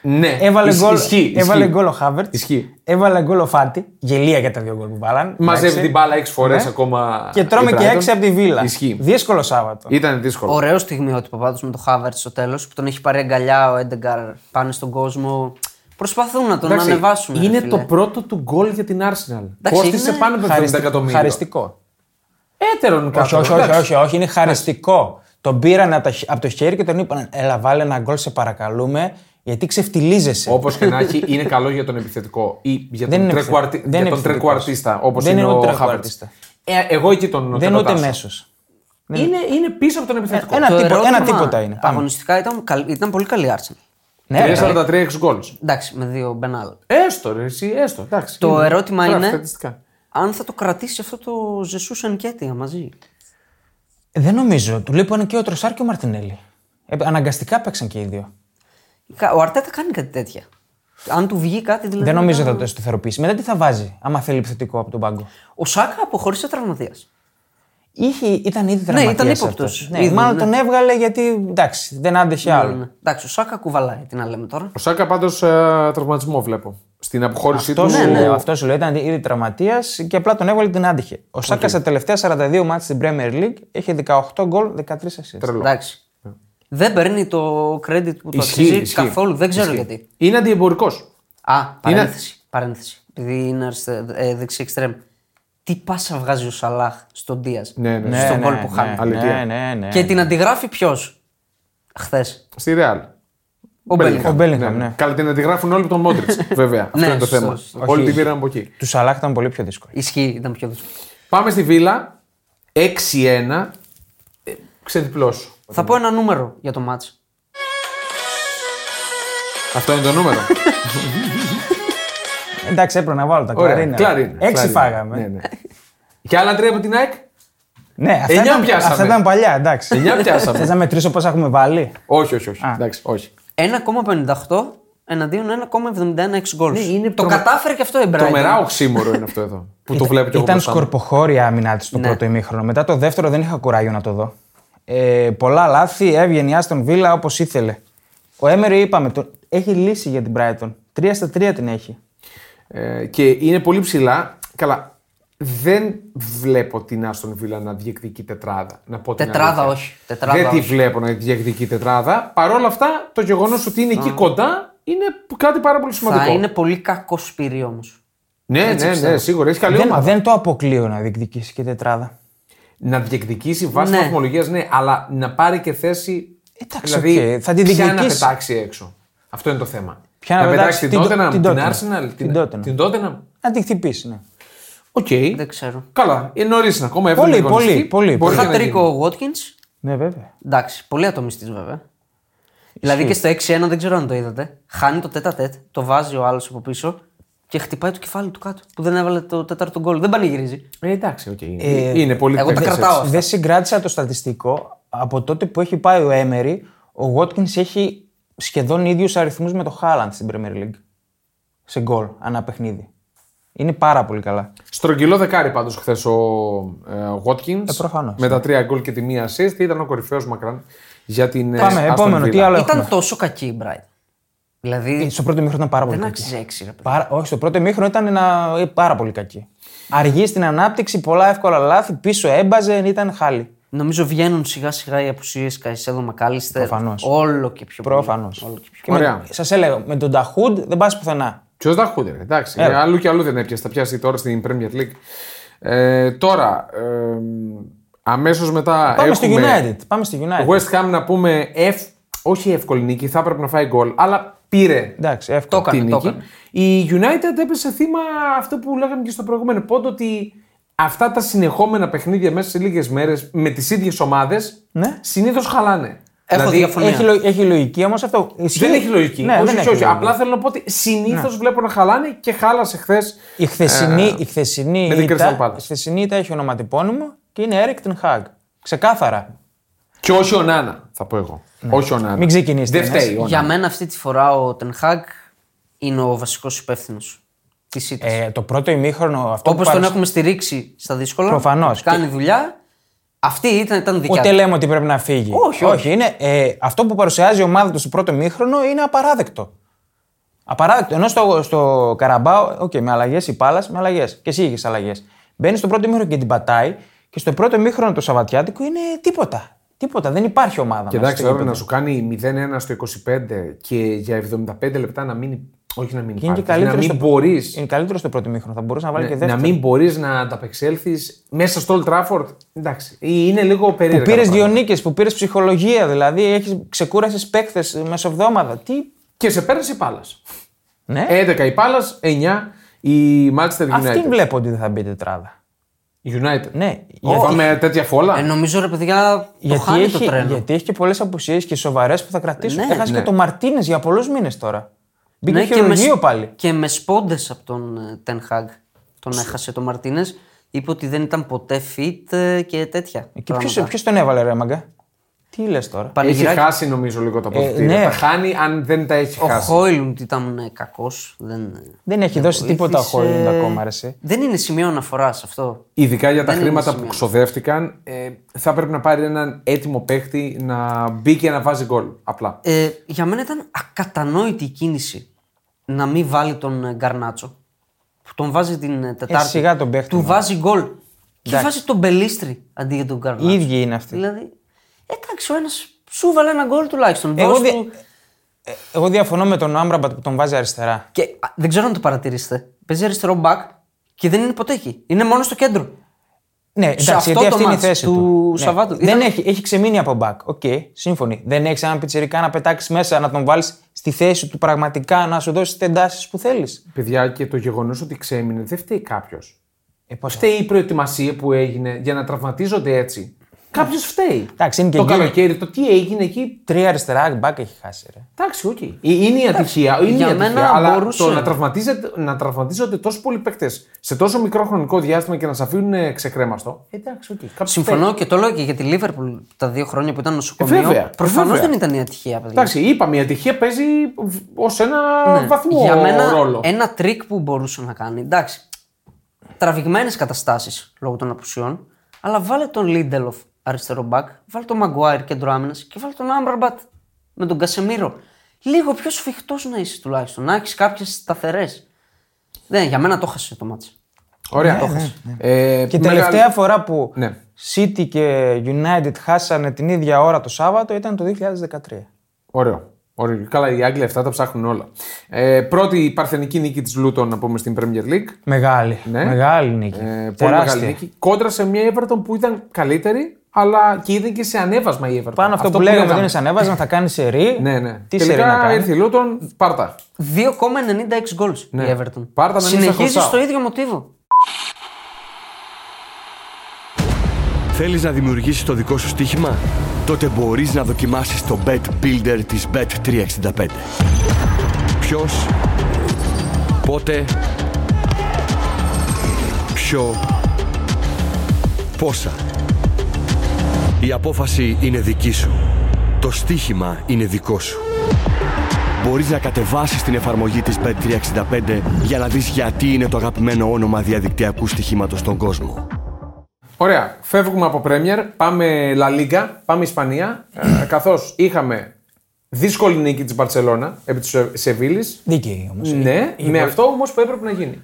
A: Ναι,
B: Έβαλε
A: ισχύει,
B: γκολ,
A: ισχύει,
B: έβαλε
A: ισχύει.
B: γκολ ο Χάβερτ.
A: Ισχύει.
B: Έβαλε γκολ ο Φάτι. Γελία για τα δύο γκολ που βάλαν.
A: Μαζεύει
B: εντάξει.
A: την μπάλα 6 φορές
B: Ναι.
A: ακόμα.
B: Και τρώμε
A: η
B: και
A: Brighton.
B: έξι από τη βίλα.
A: Ισχύει.
B: Δύσκολο Σάββατο.
A: Ήταν δύσκολο.
C: Ωραίο στιγμιότυπο πάντω με το Χάβερτ στο τέλος που τον έχει πάρει αγκαλιά ο Έντεγκαρ πάνω στον κόσμο. Προσπαθούν να τον
A: Εντάξει,
C: ανεβάσουν. ρε
A: είναι
C: φίλε.
A: το πρώτο του γκολ για την Arsenal. Κόστησε
C: είναι
A: πάνω από 70
B: Χαριστι-
A: εκατομμύρια.
B: Χαριστικό.
A: Έτερον κάτω.
B: Όχι, όχι, όχι,
A: εντάξει.
B: όχι, όχι, είναι χαριστικό. Τον πήραν από, τα χ- από το χέρι και τον είπαν: Έλα, βάλε ένα γκολ, σε παρακαλούμε, γιατί ξεφτιλίζεσαι.
A: Όπως και να έχει, είναι καλό για τον επιθετικό ή για
B: Δεν
A: τον,
B: είναι
A: τρεκουαρτι...
B: επιθετικός.
A: για
B: Δεν
A: τον
B: είναι
A: τρεκουαρτίστα, όπως
B: Δεν
A: είναι,
B: είναι
A: ο
B: ούτε
A: Χάβερτ.
B: τρεκουαρτίστα.
A: Ε, εγώ εκεί τον
B: Δεν είναι ούτε
A: τερματάσω.
B: μέσο.
A: Είναι, είναι πίσω από τον επιθετικό.
B: Ε, Ένα,
C: Το
B: τίπο- ένα
C: ερώτημα
B: τίποτα είναι. Πάμε.
C: Αγωνιστικά ήταν, καλ- ήταν πολύ καλή η Arsenal.
B: Ναι, ρε.
A: 3,43 εξ γκολ.
C: Εντάξει, με δύο μπενάλ.
A: Έστω, ρε, εσύ, έστω. Εντάξει,
C: Το
A: είναι.
C: ερώτημα
A: Γράφει
C: είναι-
A: στατιστικά.
C: Αν θα το κρατήσει αυτό το Ζεσού Ενκέτια μαζί.
B: δεν νομίζω. Του λείπανε και ο Τροσάρ και ο Μαρτινέλη. Ε, αναγκαστικά παίξαν και οι δύο.
C: Ο Αρτέτα κάνει κάτι τέτοια. Αν του βγει κάτι δηλαδή.
B: Δεν νομίζω
C: μετά-
B: θα το σταθεροποιήσει. Μετά τι θα βάζει, άμα θέλει επιθετικό από τον πάγκο.
C: Ο Σάκα αποχώρησε τραυματίας.
B: Είχε, ήταν ήδη
C: ήταν
B: τραυματίας
C: ύποπτος.
B: αυτός. Ναι,
C: Ήδη,
B: μάλλον
C: ναι.
B: τον έβγαλε γιατί εντάξει, δεν άντεχε
A: Ναι,
B: άλλο.
C: Εντάξει, ο Σάκα κουβαλάει, τι να λέμε τώρα.
A: Ο Σάκα πάντως τραυματισμό βλέπω. Στην αποχώρησή του.
B: Αυτό σου,
C: ναι.
B: λέω, αυτό σου λέω, ήταν ήδη τραυματίας και απλά τον έβαλε την άντυχε. Ο Σάκα στα τελευταία 42 μάτια στην Premier League έχει 18 γκολ, 13 assists.
A: Τρελό.
C: Εντάξει. Δεν παίρνει το credit που του
A: Ναι. Ισχύει,
C: αξίζει
A: ισχύει.
C: καθόλου. Δεν ξέρω γιατί.
A: Είναι αντιεμπορικός.
C: Α, παρένθεση. παρένθεση. Επειδή είναι αριστε- ε, δεξί εξτρέμ. Τι πάσα βγάζει ο Σαλάχ στον Δίας.
A: Ναι, ναι.
C: Στον κόλ που χάνει.
B: ναι,
A: Αλήθεια.
B: ναι, ναι, ναι.
C: Και την αντιγράφει ποιος. Χθες.
A: Στη Ρεάλ.
C: Ο Μπέλιγχαμ.
B: Ο Μπέλιγχαμ, ναι.
A: Καλά, την αντιγράφουν όλοι από τον Μόντριτ. Βέβαια. Αυτό
C: Ναι,
A: είναι το
C: σωστό,
A: θέμα.
C: σωστό.
A: Όλοι την πήραν από εκεί.
B: Του Σαλάχ ήταν πολύ πιο δύσκολο.
C: Ισχύει, ήταν πιο δύσκολο.
A: Πάμε στη Βίλα. 6-1. Ε, ξεδιπλώσου.
C: Θα πω ένα νούμερο για το μάτς.
A: Αυτό είναι το νούμερο.
B: Εντάξει, έπρεπε να βάλω τα
A: Ωραία.
B: κλαρίνα.
A: Κλαρίνα,
B: Έξι
A: κλαρίνα.
B: φάγαμε.
A: Ναι, ναι. Και άλλα τρία από την ΑΕΚ.
B: Ναι, αυτά,
A: Εννιά
B: ήταν,
A: πιάσαμε.
B: αυτά ήταν παλιά, εντάξει.
A: Εννιά
B: [laughs]
A: πιάσαμε.
B: Θες να μετρήσω πόσα έχουμε βάλει.
A: όχι, όχι, όχι.
B: Α.
A: Εντάξει, όχι.
C: 1,58 εναντίον 1,71 εξ γκολ.
A: Ναι, είναι
C: το
A: τρομε-
C: κατάφερε και αυτό η Brighton.
A: Τρομερά οξύμορο είναι αυτό εδώ. Που το βλέπω και εγώ.
B: Ήταν
A: μπροστά μου.
B: σκορποχώρη άμυνα της το
C: Ναι.
B: πρώτο ημίχρονο. Μετά το δεύτερο δεν είχα κουράγιο να το δω. Ε, πολλά λάθη, έβγαινε η Άστον Βίλα όπως ήθελε. Ο Έμερι, είπαμε, το... έχει λύσει για την Brighton. Τρία στα τρία την έχει.
A: Ε, και είναι πολύ ψηλά. Καλά. Δεν βλέπω την Άστον Βίλα να διεκδικεί τετράδα. Να πω την
C: Τετράδα
A: αλήθεια.
C: όχι. Τετράδα
A: δεν τη
C: όχι.
A: βλέπω να διεκδικεί τετράδα. Παρ' όλα αυτά, το γεγονός ότι είναι εκεί κοντά είναι κάτι πάρα πολύ σημαντικό.
C: Θα είναι πολύ κακό σπυρί όμως.
A: Ναι, ναι, ναι, σίγουρα. Έχει καλή
B: Δεν,
A: ομάδα.
B: δεν το αποκλείω να διεκδικήσει και τετράδα.
A: Να διεκδικήσει βάσει ναι.
C: Ναι.
A: βαθμολογίας, ναι, αλλά να πάρει και θέση.
B: Εντάξει, οκ, θα τη
A: ποια να
B: διεκδικήσει.
A: πετάξει έξω. Αυτό είναι το θέμα.
B: Ποια
A: να
B: να
A: πετάξει την Tottenham,
B: πετάξει την- την
A: την
B: Tottenham.
A: Arsenal,
B: Την Tottenham.
A: Την Tottenham.
B: Να τη χτυπήσει, ναι.
A: Οκ.
C: Δεν ξέρω.
A: Καλά, είναι νωρίς ακόμα.
B: Πολύ,
A: έβδομη
B: πολύ,
A: αγωνιστική.
B: πολύ,
A: Μπορεί
C: Θα
A: και να γίνει.
C: τρίκο ο Βότκιν.
B: Ναι, βέβαια.
C: Εντάξει, πολύ ατομιστής βέβαια. Δηλαδή και στο 6-1 δεν ξέρω αν το είδατε. Χάνει το τέτα τέτ, το βάζει ο άλλος από πίσω και χτυπάει το κεφάλι του κάτω που δεν έβαλε το τέταρτο γκολ. Δεν πανηγυρίζει.
A: Ε, εντάξει, οκ. είναι πολύ
C: εγώ τα
A: τέτοιες,
C: κρατάω.
A: έτσι.
B: Δεν συγκράτησα το στατιστικό. Από τότε που έχει πάει ο Έμερι, ο Βότκιν έχει σχεδόν ίδιους αριθμούς με το Χάλαντ στην Premier League. Σε γκολ, ανά παιχνίδι. Είναι πάρα πολύ καλά.
A: Στρογγυλό δεκάρι πάντως χθες ο Βότκιν.
B: Ε, προφανώς.
A: με
B: ναι.
A: τα τρία γκολ και τη μία assist. Ήταν ο κορυφαίος μακράν για την. ε,
B: Πάμε,
A: Aston
B: επόμενο,
A: Villa.
B: τι άλλο
C: Ήταν
B: έχουμε. Ε,
C: τόσο κακή η Brighton. Δηλαδή
B: Στο πρώτο μήχρονο ήταν πάρα πολύ
C: δεν
B: κακή.
C: άξιζε 6 ρε παιδί.
B: Πάρα... Όχι, στο πρώτο μήχρονο ήταν ένα... ε, πάρα πολύ κακή. Αργή στην ανάπτυξη, πολλά εύκολα λάθη, πίσω έμπαζε, ήταν χάλι.
C: Νομίζω βγαίνουν σιγά σιγά οι απουσίες Καϊσέδο Μακάλιστερ.
B: Προφανώς.
C: Όλο και πιο πολύ.
B: Προφανώς.
C: Όλο και πιο
A: Ωραία.
B: Σας έλεγα, με τον Ταχούντ δεν πας πουθενά.
A: Ποιος Νταχούντερ, εντάξει.
B: Έλα.
A: Αλλού και αλλού δεν έπιασε. Τα πιάσει τώρα στην Premier League. Ε, τώρα, ε, αμέσως μετά.
B: Πάμε στο
A: έχουμε...
B: United. Πάμε στο United.
A: West Ham να πούμε ευ- όχι εύκολη νίκη, θα έπρεπε να φάει γκολ, αλλά πήρε
B: Εντάξει, εύκολο.
C: Το
A: τη
C: έκανε,
A: νίκη.
C: έκανε.
A: Η United έπεσε θύμα αυτό που λέγαμε και στο προηγούμενο πόντο ότι αυτά τα συνεχόμενα παιχνίδια μέσα σε λίγες μέρες με τις ίδιες ομάδες
B: Ναι.
A: συνήθως χαλάνε. Δηλαδή,
C: Έχω διαφωνία.
B: Έχει, λο- έχει λογική όμως αυτό. Ισχύει.
A: Δεν έχει λογική.
B: Ναι,
A: όχι,
B: δεν
A: όχι, όχι.
B: έχει λογική. Ναι.
A: Απλά θέλω να πω ότι συνήθως βλέπω να χαλάνε και χάλασε χθες.
B: Η χθεσινή, η χθεσινή,
A: Ε, με την Crystal
B: ήττα,
A: Palace.
B: η χθεσινή ήττα έχει ονοματεπώνυμο και είναι Eric Ten Hag. Ξεκάθαρα.
A: Και όχι ο Νάνα, θα πω εγώ. Όχι ο Νάνα.
B: Ναι. Μην ξεκινήσετε,
A: Δεν
B: ναι.
A: φταίει. ο Νάνα.
C: Για μένα αυτή τη φορά ο Τενχάκ είναι ο βασικός υπεύθυνος της ήττας.
B: Ε, το πρώτο ημίχρονο αυτό
C: Όπως
B: που
C: τον
B: παρουσ-
C: έχουμε στηρίξει στα δύσκολα.
B: Προφανώς.
C: Κάνει δουλειά. Αυτή ήταν, ήταν δικιά
B: Ούτε
C: του.
B: λέμε ότι πρέπει να φύγει.
C: Όχι, όχι.
B: είναι, ε, αυτό που παρουσιάζει η ομάδα του στο πρώτο μήχρονο είναι απαράδεκτο. Απαράδεκτο. Ενώ στο, στο Καραμπάο, οκ, με αλλαγές η Πάλας, με αλλαγές. Και εσύ είχες αλλαγές. Μπαίνει στο πρώτο μήχρονο και την πατάει. Και στο πρώτο μήχρονο το Σαββατιάτικο είναι τίποτα. Τίποτα. Δεν υπάρχει ομάδα. μέσα
A: Κοιτάξτε,
B: στο
A: τώρα να
B: γήπεδο.
A: σου κάνει 0-1 στο 25 και για 75 λεπτά να μην. Όχι να μην
B: είναι και
A: υπάρχει. Να
B: καλύτερο
A: μην
B: στο-
A: μπορείς
B: Είναι καλύτερο στο πρώτο μήχρονο. Θα μπορούσε να βάλεις και
A: Ναι, να,
B: δεύτερο.
A: μην μπορείς να ανταπεξέλθεις μέσα στο Old Trafford. Εντάξει, είναι λίγο περίεργο.
B: Που πήρες δύο νίκες, που πήρες ψυχολογία, δηλαδή έχεις ξεκούρασες παίκτες μεσοβδόμαδα. Τι.
A: Και σε πέρασε η Πάλα.
B: Ναι.
A: 11 η Πάλα, 9 η Manchester
B: Αυτή
A: United.
B: βλέπω ότι δεν θα μπει τετράδα.
A: United.
B: Ναι,
A: Oh,
B: γιατί-
A: με τέτοια φόλα.
C: Ε, νομίζω ρε παιδιά το
B: Γιατί
C: χάνει το
B: έχει,
C: τρένο.
B: γιατί έχει και πολλές απουσίες και σοβαρές που θα κρατήσουν.
C: Ναι,
B: Έχασε
A: ναι.
B: και το Μαρτίνες για πολλούς μήνες τώρα. Μπήκε
C: Ναι,
B: ναι, χειρουργείο
C: σ-
B: πάλι.
C: Και με σπόντε από τον Τενχάγκ. Τον έχασε τον Μαρτίνες. Είπε ότι δεν ήταν ποτέ fit ε, και τέτοια.
B: Και
C: πράγματα.
B: ποιος τον έβαλε, ρε Μαγκά. Τι λες τώρα.
A: Έχει
C: Πανηγυράκι.
A: χάσει νομίζω λίγο τα ποδητήρια.
B: ναι.
A: Τα χάνει αν δεν τα έχει
C: Ο
A: χάσει.
C: Χόιλουντ ήταν κακός. Δεν... ε,
B: Δεν έχει δώσει τίποτα ο
C: βοήθησε.
B: Χόιλουντ ακόμα, ρε. εσύ.
C: δεν είναι σημείο αναφοράς αυτό.
A: Ειδικά για τα
C: Δεν είναι
A: χρήματα που
C: σημείο.
A: ξοδεύτηκαν, ε, θα πρέπει να πάρει έναν έτοιμο παίχτη να μπει και να βάζει γκολ. Απλά.
C: Ε, για μένα ήταν ακατανόητη η κίνηση να μην βάλει τον ε, Γκαρνάτσο. Που τον βάζει την ε, Τετάρτη.
B: σιγά τον παίχτη,
C: Του
B: μάλλον.
C: βάζει γκολ. Και βάζει τον Μπελίστρη αντί για τον Γκαρνάτσο.
B: Οι ίδιοι είναι αυτοί.
C: Δηλαδή, εντάξει, ο ένας σου βάλε ένα γκολ τουλάχιστον.
B: Εγώ,
C: Δώσ'
B: δια-
C: του-
B: ε, εγώ διαφωνώ με τον Άμπραμπατ που τον βάζει αριστερά.
C: Και α, δεν ξέρω αν το παρατηρήσετε. Παίζει αριστερό μπακ και δεν είναι ποτέ εκεί. Είναι μόνο στο κέντρο.
B: Ναι, εντάξει,
C: αυτό
B: γιατί
C: το
B: αυτή είναι η
C: μάτς
B: θέση
C: του
B: του. ναι.
C: Σαββάτου
B: Δεν
C: ήταν-
B: έχει, έχει ξεμείνει από μπακ. Οκ, σύμφωνοι. Δεν έχεις έναν πιτσυρικά να πετάξεις μέσα, να τον βάλεις στη θέση του πραγματικά, να σου δώσεις τι εντάσει που θέλεις.
A: Παιδιά, και το γεγονός ότι ξέμεινε δεν φταίει κάποιος.
B: Ε, πώς-
A: Φταίει η προετοιμασία που έγινε για να τραυματίζονται έτσι. Κάποιος φταίει.
B: Εντάξει, είναι και
A: το
B: γκέλιο.
A: καλοκαίρι, το τι έγινε εκεί.
B: Τρία αριστερά μπακ έχει χάσει. Ρε.
A: Εντάξει, οκ. Ε, Είναι η ατυχία. Είναι
C: για
A: η ατυχία
C: μένα
A: αλλά
C: μπορούσε.
A: το να τραυματίζονται, να τραυματίζονται τόσοι πολλοί παίκτες σε τόσο μικρό χρονικό διάστημα και να σε αφήνουν ε, ξεκρέμαστο. Ε, Εντάξει, οκ. Κάποιος φταίει.
C: Συμφωνώ και το λέω και για τη Λίβερπουλ τα δύο χρόνια που ήταν
A: Ε,
C: νοσοκομείο.
A: βέβαια,
C: Προφανώ
A: βέβαια.
C: δεν ήταν η ατυχία, παιδιά.
A: Εντάξει, είπαμε, η ατυχία παίζει ως ένα
C: Ναι.
A: βαθμό
C: Για μένα,
A: ρόλο.
C: ένα τρίκ που μπορούσε να κάνει. Εντάξει. Τραβηγμένες καταστάσεις λόγω των απουσιών. Αλλά βάλε τον Λίντελοφ αριστερό μπακ, βάλε τον Μαγκουάιρ κέντρο άμυνας και βάλε τον Άμπραμπατ με τον Κασεμίρο. Λίγο πιο σφιχτός να είσαι τουλάχιστον, να έχεις κάποιες σταθερές. Δεν, Ναι, για μένα το χάσε το μάτσο.
A: Ωραία. Ε,
B: Και
A: μεγάλη-
B: η τελευταία φορά που
A: Ναι.
B: City και United χάσανε την ίδια ώρα το Σάββατο ήταν το 2013.
A: Ωραίο. Ωραίο. Καλά, οι Άγγλοι αυτά τα ψάχνουν όλα. Ε, πρώτη η παρθενική νίκη της Λούτων, να πούμε στην Premier League.
B: Μεγάλη.
A: Ναι.
B: Μεγάλη νίκη.
A: Ε, πολύ
B: Τεράστια.
A: μεγάλη νίκη. Κόντρα σε μια Everton που ήταν καλύτερη, αλλά και είδε και σε ανέβασμα η Everton.
B: Πάνω αυτό, που, λέγαμε ότι είναι σαν έβαζα, θα κάνει σερή.
A: Ναι, ναι.
B: Τι σερή να
A: Τελικά
B: κάνει.
A: ήρθε η Λούτων, πάρτα.
C: 2,96 γκολ η Everton.
A: Ναι. Πάρ' τα να μην σε
C: Συνεχίζει
A: χρωστάω.
C: στο ίδιο μοτίβο.
D: Θέλεις να δημιουργήσεις το δικό σου στοίχημα? Τότε μπορείς να δοκιμάσεις το Bet Builder της Bet365. Ποιος, πότε, ποιο, πόσα. Η απόφαση είναι δική σου. Το στοίχημα είναι δικό σου. Μπορείς να κατεβάσεις την εφαρμογή της Bet365 για να δεις γιατί είναι το αγαπημένο όνομα διαδικτυακού στοιχήματος στον κόσμο.
A: Ωραία. Φεύγουμε από Premier, πάμε La Liga, πάμε Ισπανία. ε, Καθώς είχαμε δύσκολη νίκη της Μπαρσελόνα επί της Σεβίλης.
B: Δίκαιη όμως.
A: Ναι, με αυτό όμως που έπρεπε να
C: [laughs]
A: γίνει.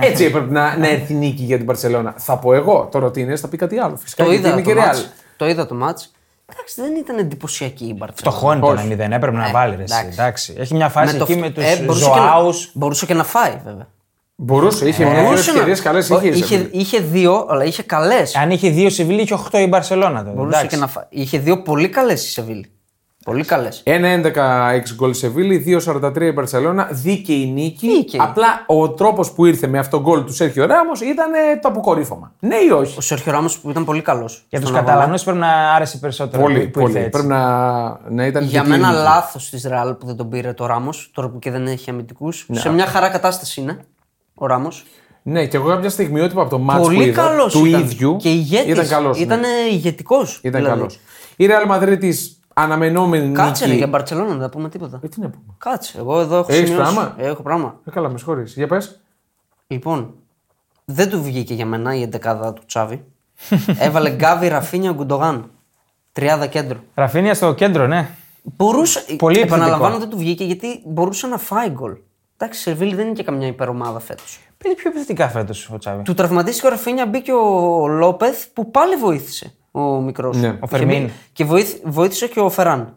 A: Έτσι έπρεπε να, να έρθει η νίκη για την Παρσελώνα. Θα πω εγώ τώρα ότι είναι, θα πει κάτι άλλο. Φυσικά
C: Το
A: γιατί
C: είδα
A: είναι
C: το,
A: και ρεάλ.
C: μάτς, το είδα το μάτς. Εντάξει, δεν ήταν εντυπωσιακή η Μπαρτσελόνα.
B: Φτωχόνι τώρα
A: Όχι.
B: 0, έπρεπε να βάλει. Ρε, εσύ,
C: Ναι, εντάξει.
B: εντάξει. Έχει μια φάση
C: το
B: εκεί
C: φ-
B: με τους
C: ε, μπορούσε και να-
B: ζωάους.
C: Μπορούσε και να φάει, βέβαια.
A: Μπορούσε, είχε μια δύο
C: Ε, Μπορούσε να-
A: ευκαιρίες καλές.
C: Ο- είχε, είχε δύο, αλλά είχε καλές.
B: Αν είχε δύο Σιβίλη, είχε 8 η Μπαρσελόνα τότε.
C: Μπορούσε
B: εντάξει.
C: και να φάει. Είχε δύο πολύ καλές η Σεβίλη. Πολύ καλές.
A: 1-11 6 γκολ η Σεβίλη, 2-43 η Μπαρσελόνα, δίκαιη νίκη.
C: Δίκαιη.
A: Απλά ο τρόπος που ήρθε με αυτόν τον γκολ του Σέρχιο Ράμος ήταν ε, το αποκορύφωμα. Ναι ή όχι.
C: Ο Σέρχιο Ράμος που ήταν πολύ καλός.
B: Για τους Καταλανούς πρέπει να άρεσε περισσότερο.
A: Πολύ,
B: που- που
A: πολύ.
B: ήρθε έτσι.
A: Πρέπει να, να ήταν
C: Για
A: δίκαιη
C: μένα
A: νίκη.
C: λάθος της Ρεάλ που δεν τον πήρε το Ράμος, τώρα που και δεν έχει αμυντικούς. Σε μια χαρά κατάσταση είναι ο Ράμος.
A: Ναι, και εγώ κάποια στιγμιότυπα από το μάτσο που
C: Πολύ
A: είδα,
C: καλός
A: του ίδιου.
C: Και ηγέτης.
A: Ήταν ναι. καλό.
C: Ήταν ηγετικός.
A: Ήταν καλός. Η Real Madrid αναμενόμενη
C: δηλαδή. Κάτσε ρε,
A: νίκη.
C: για Μπαρσελόνα, δεν θα πούμε τίποτα.
A: Ε, τι να πούμε.
C: Κάτσε, εγώ εδώ έχω
A: Έχεις
C: σημειώσει.
A: πράγμα?
C: Έχω πράγμα.
A: Ε, καλά, με συγχωρείς. Για πες.
C: Λοιπόν, δεν του βγήκε για μένα η εντεκάδα του Τσάβη. [laughs] Έβαλε Γκάβι, Ραφίνια, Γκουντογάν. Τριάδα κέντρο.
B: Ραφίνια στο κέντρο, ναι.
C: Μπορούσε.
B: Πολύ επιθετικό.
C: επαναλαμβάνω, δεν του βγήκε γιατί μπορούσε να φάει γκολ. Εντάξει, η Σεβίλη δεν είναι και καμιά υπερομάδα φέτος.
B: Πήγε πιο επιθετικά φέτος ο Τσάβη.
C: Του τραυματίστηκε ο Ραφίνια, μπήκε ο Λόπεθ που πάλι βοήθησε ο μικρός.
A: Ναι. Ο
B: Φερμίν.
C: Και βοήθη- βοήθησε και ο Φεράν.